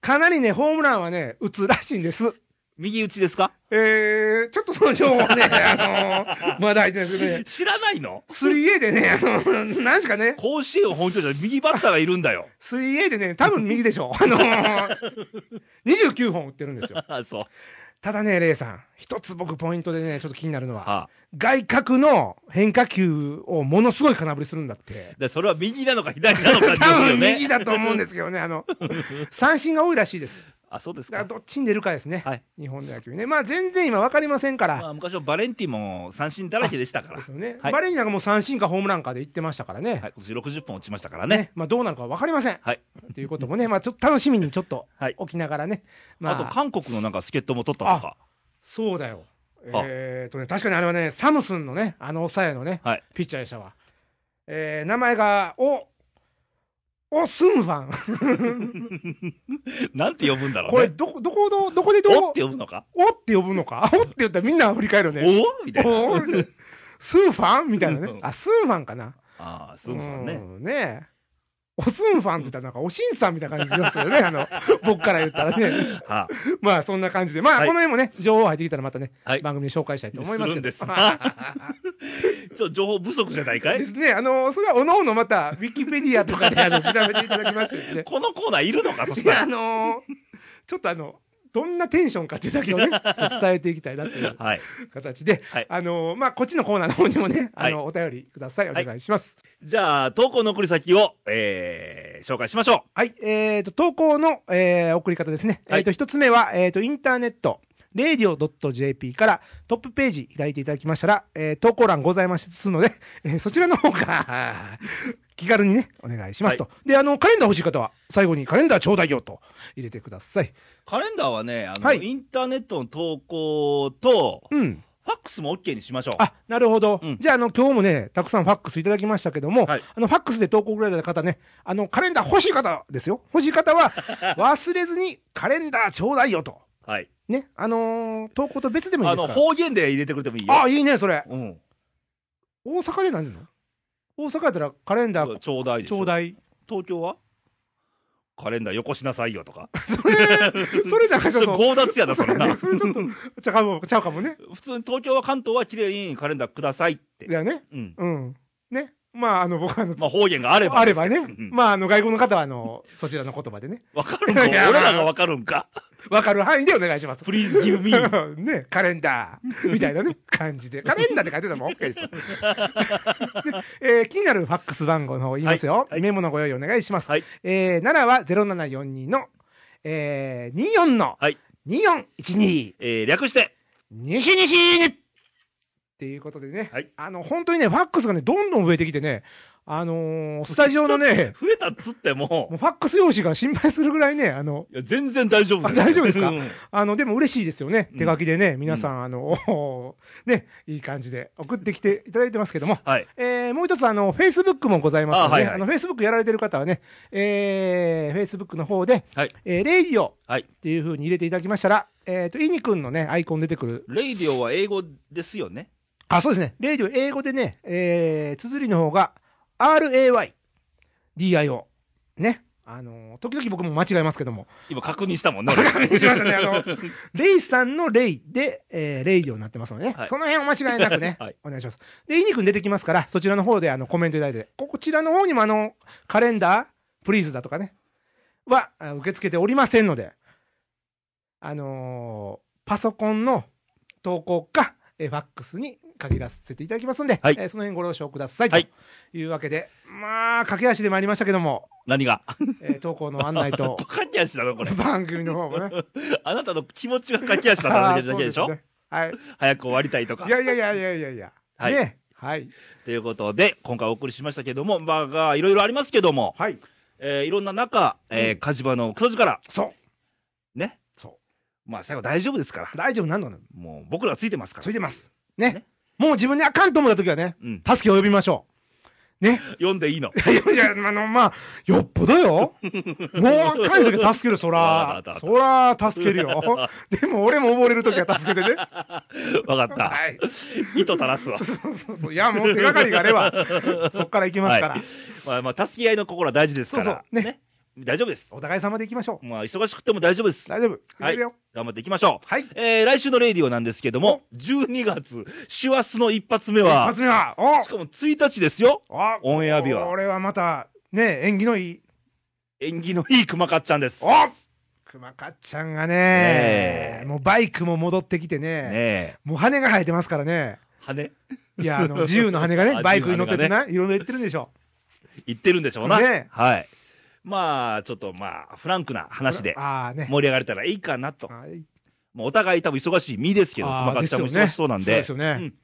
[SPEAKER 2] かなりね、ホームランはね、打つらしいんです。
[SPEAKER 1] 右打ちですか
[SPEAKER 2] えー、ちょっとその情報 ね、あのー、まだ入ってないですけどね。
[SPEAKER 1] 知らないの
[SPEAKER 2] 3A でね、あのー、何しかね、
[SPEAKER 1] 甲子園本拠地で右バッターがいるんだよ。
[SPEAKER 2] 3A でね、多分右でしょう。あのー、29本打ってるんですよ。
[SPEAKER 1] あ、そう。
[SPEAKER 2] ただね、レイさん、一つ僕ポイントでね、ちょっと気になるのは、
[SPEAKER 1] はあ。
[SPEAKER 2] 外角の変化球をものすごい空振りするんだって。
[SPEAKER 1] で、それは右なのか左なのかって こ
[SPEAKER 2] 多
[SPEAKER 1] とよ
[SPEAKER 2] 分
[SPEAKER 1] ね
[SPEAKER 2] 右。だと思うんですけどね、あの、三振が多いらしいです。
[SPEAKER 1] あ、そうです
[SPEAKER 2] だから
[SPEAKER 1] か。
[SPEAKER 2] どっちに出るかですね、
[SPEAKER 1] はい
[SPEAKER 2] 日本の野球ね。まあ全然今わかりませんから。
[SPEAKER 1] まあ、昔はバレンティンも三振だらけでした から。
[SPEAKER 2] ですよね。
[SPEAKER 1] はい
[SPEAKER 2] バレーになんかもう三振かホームランかで行ってましたからね。
[SPEAKER 1] はい、今年60本打ちましたからね。
[SPEAKER 2] まあどうなるかわかりません。
[SPEAKER 1] はい。
[SPEAKER 2] ということもね、まあちょっと楽しみにちょっと
[SPEAKER 1] はい
[SPEAKER 2] 起きながらね。ま
[SPEAKER 1] あと、韓国のなんか助っ人も取ったとか。
[SPEAKER 2] そうだよ。
[SPEAKER 1] あ
[SPEAKER 2] えー、っとね、確かにあれはね、サムスンのね、あの抑えのね、
[SPEAKER 1] はい
[SPEAKER 2] ピッチャーでしたわ。えー、名前が、お、おスンファン。
[SPEAKER 1] なんて呼ぶんだろ
[SPEAKER 2] こ
[SPEAKER 1] う
[SPEAKER 2] れ、
[SPEAKER 1] ね。
[SPEAKER 2] どこ、どこ、ど、どこでどう、
[SPEAKER 1] おって呼ぶのか
[SPEAKER 2] おって呼ぶのかおって言ったらみんな振り返るね。
[SPEAKER 1] おみたいな。
[SPEAKER 2] お ってスンファンみたい
[SPEAKER 1] う
[SPEAKER 2] なね
[SPEAKER 1] ん。
[SPEAKER 2] あ、スンファンかな。
[SPEAKER 1] ああ、そうですよね。
[SPEAKER 2] うんねえおスンファンって言ったらなんかおしんさんみたいな感じしますよ ね。あの、僕から言ったらね。
[SPEAKER 1] は
[SPEAKER 2] まあそんな感じで。まあ、
[SPEAKER 1] はい
[SPEAKER 2] この辺もね、情報入ってきたらまたね、
[SPEAKER 1] はい
[SPEAKER 2] 番組で紹介したいと思いま
[SPEAKER 1] す
[SPEAKER 2] すけど。
[SPEAKER 1] るんですない。ちょっと情報不足じゃないか
[SPEAKER 2] で
[SPEAKER 1] い。
[SPEAKER 2] すね。あの、それはおのおのまた、ウィキペディアとかであの調べていただきましてですね
[SPEAKER 1] このコーナーいるのかそし
[SPEAKER 2] いや、
[SPEAKER 1] た
[SPEAKER 2] あのちょっとあの、どんなテンションかっていうだけをね、伝えていきたいなという
[SPEAKER 1] ら。はい。
[SPEAKER 2] 形で、
[SPEAKER 1] はい
[SPEAKER 2] あのまあ、こっちのコーナーの方にもね、あの、
[SPEAKER 1] は
[SPEAKER 2] お便りください。お願いします。
[SPEAKER 1] じゃあ、投稿の送り先を、えー紹介しましょ
[SPEAKER 2] はい、えー、と、投稿の、えー送り方ですね。
[SPEAKER 1] はい
[SPEAKER 2] えー、と、一つ目は、えー、と、インターネット、radio.jp からトップページ開いていただきましたら、えー投稿欄ございますので、 えーそちらの方から、気軽にね、お願いしますと。で、あの、カレンダー欲しい方は、最後にカレンダーちょうだいよと入れてください。
[SPEAKER 1] う。カレンダーはね、あの、
[SPEAKER 2] はい
[SPEAKER 1] インターネットの投稿と、
[SPEAKER 2] うん。
[SPEAKER 1] ファックスも OK にしましょう。
[SPEAKER 2] あ、なるほど。
[SPEAKER 1] うん
[SPEAKER 2] じゃあ、あの、今日もね、たくさんファックスいただきましたけども、
[SPEAKER 1] はい
[SPEAKER 2] あの、ファックスで投稿くれた方ね、あの、カレンダー欲しい方ですよ。欲しい方 は、忘れずにカレンダーちょうだいよと。
[SPEAKER 1] はい。
[SPEAKER 2] ね、あのー、投稿と別でもいい
[SPEAKER 1] あ
[SPEAKER 2] です
[SPEAKER 1] の、
[SPEAKER 2] か
[SPEAKER 1] 方言で入れてくれてもいいよ。
[SPEAKER 2] ら。あ、いいね、それ。
[SPEAKER 1] うん。
[SPEAKER 2] 大阪で何なの大阪やったらカレンダー
[SPEAKER 1] ちょうだいで
[SPEAKER 2] ち
[SPEAKER 1] しょ。
[SPEAKER 2] ょうだい。
[SPEAKER 1] 東京はカレンダーよこしなさいよとか。
[SPEAKER 2] それなんかち
[SPEAKER 1] そ
[SPEAKER 2] ょっ
[SPEAKER 1] れ
[SPEAKER 2] と。
[SPEAKER 1] 強奪やな、それな。
[SPEAKER 2] それちょっと、ちゃうかも、ちゃうかもね。
[SPEAKER 1] 普通に東京は関東は綺麗にカレンダーくださいって。
[SPEAKER 2] だよね。
[SPEAKER 1] うん。
[SPEAKER 2] うん。ね。まあ、あの、僕はあの、
[SPEAKER 1] まあ方言があれば
[SPEAKER 2] あ
[SPEAKER 1] で
[SPEAKER 2] れ
[SPEAKER 1] すけ
[SPEAKER 2] ば
[SPEAKER 1] ど。
[SPEAKER 2] ね。
[SPEAKER 1] うん
[SPEAKER 2] まあ、あの、外国の方は、あの、そちらの言葉でね。
[SPEAKER 1] わかるんか
[SPEAKER 2] いや
[SPEAKER 1] 俺らがわかるんか
[SPEAKER 2] わかる範囲でお願いします。
[SPEAKER 1] ?Please give me.
[SPEAKER 2] ね、カレンダーみたいなね、感じで。カレンダーって書いてたらもう OK です よ。でえー気になるファックス番号の方言いますよ。メモのご用意お願いします。
[SPEAKER 1] はい
[SPEAKER 2] えー、7は0742の、えー、24の、
[SPEAKER 1] はい
[SPEAKER 2] 2412、
[SPEAKER 1] えー、略して。
[SPEAKER 2] 西西ねっていうことでね、
[SPEAKER 1] はい
[SPEAKER 2] あの、本当にね、ファックスがね、どんどん増えてきてね、あのースタジオのね、
[SPEAKER 1] 増えたっつっても
[SPEAKER 2] もう、ファックス用紙が心配するぐらいね、あの、
[SPEAKER 1] いや全然大丈夫よ
[SPEAKER 2] あ大丈夫ですか
[SPEAKER 1] うん
[SPEAKER 2] あの、でも嬉しいですよね
[SPEAKER 1] うん。
[SPEAKER 2] 手書きでね、皆さん、あの、 ね、いい感じで送ってきていただいてますけども。
[SPEAKER 1] はい。
[SPEAKER 2] えー、もう一つ、あの、Facebook もございます
[SPEAKER 1] あ
[SPEAKER 2] ので、あ,、
[SPEAKER 1] はいはい
[SPEAKER 2] の、Facebook やられてる方はね、えー、Facebook の方で、
[SPEAKER 1] はい。
[SPEAKER 2] えー、レイディオ
[SPEAKER 1] はい
[SPEAKER 2] っていう風に入れていただきましたら、えっ、と、イニ君のね、アイコン出てくる。
[SPEAKER 1] レイディオは英語ですよね。
[SPEAKER 2] あ、そうですね。レイディオ、英語でね、えー、綴りの方が、RAY、DIO。ね。あの、時々僕も間違えますけども。
[SPEAKER 1] 今確認したもんね。
[SPEAKER 2] 確認しましたね。あの、レイさんのレイで、えーレイディオになってますのでね、
[SPEAKER 1] はい、
[SPEAKER 2] その辺お間違いなくね
[SPEAKER 1] はい
[SPEAKER 2] お願いします。で、イニ君出てきますから、そちらの方であのコメントいただいて、こちらの方にもあの、カレンダー、プリーズだとかね、は、あ受け付けておりませんので、あのーパソコンの投稿か、えーファックスに限らせていただきますんで、
[SPEAKER 1] はい
[SPEAKER 2] えーその辺ご了承ください。
[SPEAKER 1] はい
[SPEAKER 2] というわけで、まあ、駆け足で参りましたけども、
[SPEAKER 1] 何が、
[SPEAKER 2] えー投稿の案内と
[SPEAKER 1] 駆け足だろ、これ。
[SPEAKER 2] 番組の方もね。
[SPEAKER 1] あなたの気持ちが駆け足だっただけでし
[SPEAKER 2] あー
[SPEAKER 1] ょ
[SPEAKER 2] そうすねはい。
[SPEAKER 1] 早く終わりたいとか
[SPEAKER 2] い。やいやいやいやいやいや。
[SPEAKER 1] はい
[SPEAKER 2] ね。はい。
[SPEAKER 1] ということで、今回お送りしましたけども、まあが、いろいろありますけども、
[SPEAKER 2] はい。
[SPEAKER 1] えーいろんな中、えー火事場のクソ力、
[SPEAKER 2] そう。
[SPEAKER 1] ね。
[SPEAKER 2] そ
[SPEAKER 1] まあ、最後大丈夫ですから。
[SPEAKER 2] 大丈夫なんの
[SPEAKER 1] もう、僕らついてますから
[SPEAKER 2] つい。てます。ね。
[SPEAKER 1] ね
[SPEAKER 2] もう自分にあかんと思った時はね、
[SPEAKER 1] うん。
[SPEAKER 2] 助けを呼びましょう。ね。
[SPEAKER 1] 読んでいいの。
[SPEAKER 2] いやいや、あの、まあ、よっぽどよ。もうあかん時は助ける、そ
[SPEAKER 1] わ
[SPEAKER 2] ら
[SPEAKER 1] かった。
[SPEAKER 2] そら、助けるよ。でも俺も溺れる時は助けてね。
[SPEAKER 1] わかった。
[SPEAKER 2] はい。
[SPEAKER 1] 糸垂らすわ。
[SPEAKER 2] そうそうそう。いや、もう手がかりがあれば、そっから行きますから。
[SPEAKER 1] はいまあ、まあ、助け合いの心は大事ですから。
[SPEAKER 2] そうそうね
[SPEAKER 1] 大丈夫です。
[SPEAKER 2] お互い様で行きましょう。
[SPEAKER 1] まあ、忙しくても大丈夫です。
[SPEAKER 2] 大丈夫。
[SPEAKER 1] はい
[SPEAKER 2] いけるよ。
[SPEAKER 1] 頑張っていきましょう。
[SPEAKER 2] はい。
[SPEAKER 1] えー、来週のレイディオなんですけども、12月、師走の一発目は
[SPEAKER 2] 一発、目は、お
[SPEAKER 1] しかも1日ですよ。
[SPEAKER 2] あ
[SPEAKER 1] オンエア日は
[SPEAKER 2] これはまた、ね、縁起のいい。
[SPEAKER 1] 縁起のいい熊かっちゃんです。
[SPEAKER 2] お
[SPEAKER 1] ね
[SPEAKER 2] 熊かっちゃんが
[SPEAKER 1] ね
[SPEAKER 2] ね
[SPEAKER 1] え、
[SPEAKER 2] もうバイクも戻ってきてね、
[SPEAKER 1] え。
[SPEAKER 2] もう羽が生えてますからね。
[SPEAKER 1] 羽
[SPEAKER 2] いや、 あの、自由の羽が
[SPEAKER 1] あ
[SPEAKER 2] ね、バイクに乗って
[SPEAKER 1] 自由
[SPEAKER 2] て
[SPEAKER 1] の
[SPEAKER 2] な、いろいろ言ってるんでしょ。
[SPEAKER 1] 言ってるんでしょうな。
[SPEAKER 2] ねえ
[SPEAKER 1] はい。まあ、ちょっとまあ、フランクな話で
[SPEAKER 2] ああね。
[SPEAKER 1] 盛り上がれたらいいかなと。
[SPEAKER 2] はい
[SPEAKER 1] もうお互い多分忙しい身ですけど、
[SPEAKER 2] あー
[SPEAKER 1] 熊かっちゃんも
[SPEAKER 2] です
[SPEAKER 1] 忙
[SPEAKER 2] よね
[SPEAKER 1] しそうなん
[SPEAKER 2] そう
[SPEAKER 1] で、
[SPEAKER 2] ですよね
[SPEAKER 1] うん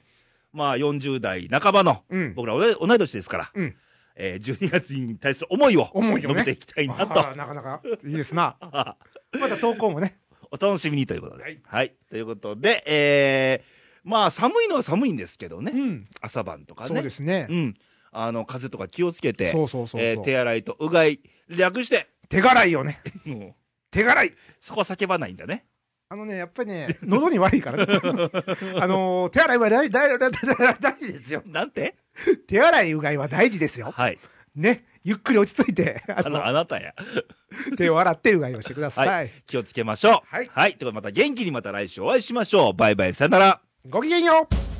[SPEAKER 1] まあ40代半ばの、
[SPEAKER 2] うん。
[SPEAKER 1] 僕ら同い同い年ですから、
[SPEAKER 2] うん
[SPEAKER 1] えー12月に対する思いを
[SPEAKER 2] 思いを
[SPEAKER 1] 述
[SPEAKER 2] ね
[SPEAKER 1] べていきたいなと
[SPEAKER 2] あーなかなかいいで すな。
[SPEAKER 1] あ
[SPEAKER 2] また投稿もね。
[SPEAKER 1] お楽しみにということで。は
[SPEAKER 2] はいい。
[SPEAKER 1] ということで、えー、まあ寒いのは寒いんですけど
[SPEAKER 2] う
[SPEAKER 1] ね、
[SPEAKER 2] ん。
[SPEAKER 1] 朝晩とかね。
[SPEAKER 2] そうですね
[SPEAKER 1] う。ん。あの、風邪とか気をつけて、
[SPEAKER 2] そうそうそうそう
[SPEAKER 1] えー手洗いとうがい、略して、
[SPEAKER 2] 手洗いをね。
[SPEAKER 1] もう
[SPEAKER 2] 手洗い。
[SPEAKER 1] そこは叫ばないんだね。
[SPEAKER 2] あのね、やっぱりね、喉に悪い からね。あのー手洗いは大大大大大事ですよ。
[SPEAKER 1] なんて
[SPEAKER 2] 手洗いうがいは大事ですよ。
[SPEAKER 1] はい。
[SPEAKER 2] ね。ゆっくり落ち着いて、あ
[SPEAKER 1] あの、
[SPEAKER 2] の、
[SPEAKER 1] あなたや。
[SPEAKER 2] 手を洗ってうがいをしてくだ
[SPEAKER 1] は
[SPEAKER 2] さ
[SPEAKER 1] い
[SPEAKER 2] い。。
[SPEAKER 1] 気をつけましょう。
[SPEAKER 2] はい
[SPEAKER 1] はい。ということでまた元気にまた来週お会いしましょう。バイバイ、さよなら。
[SPEAKER 2] ごきげんよう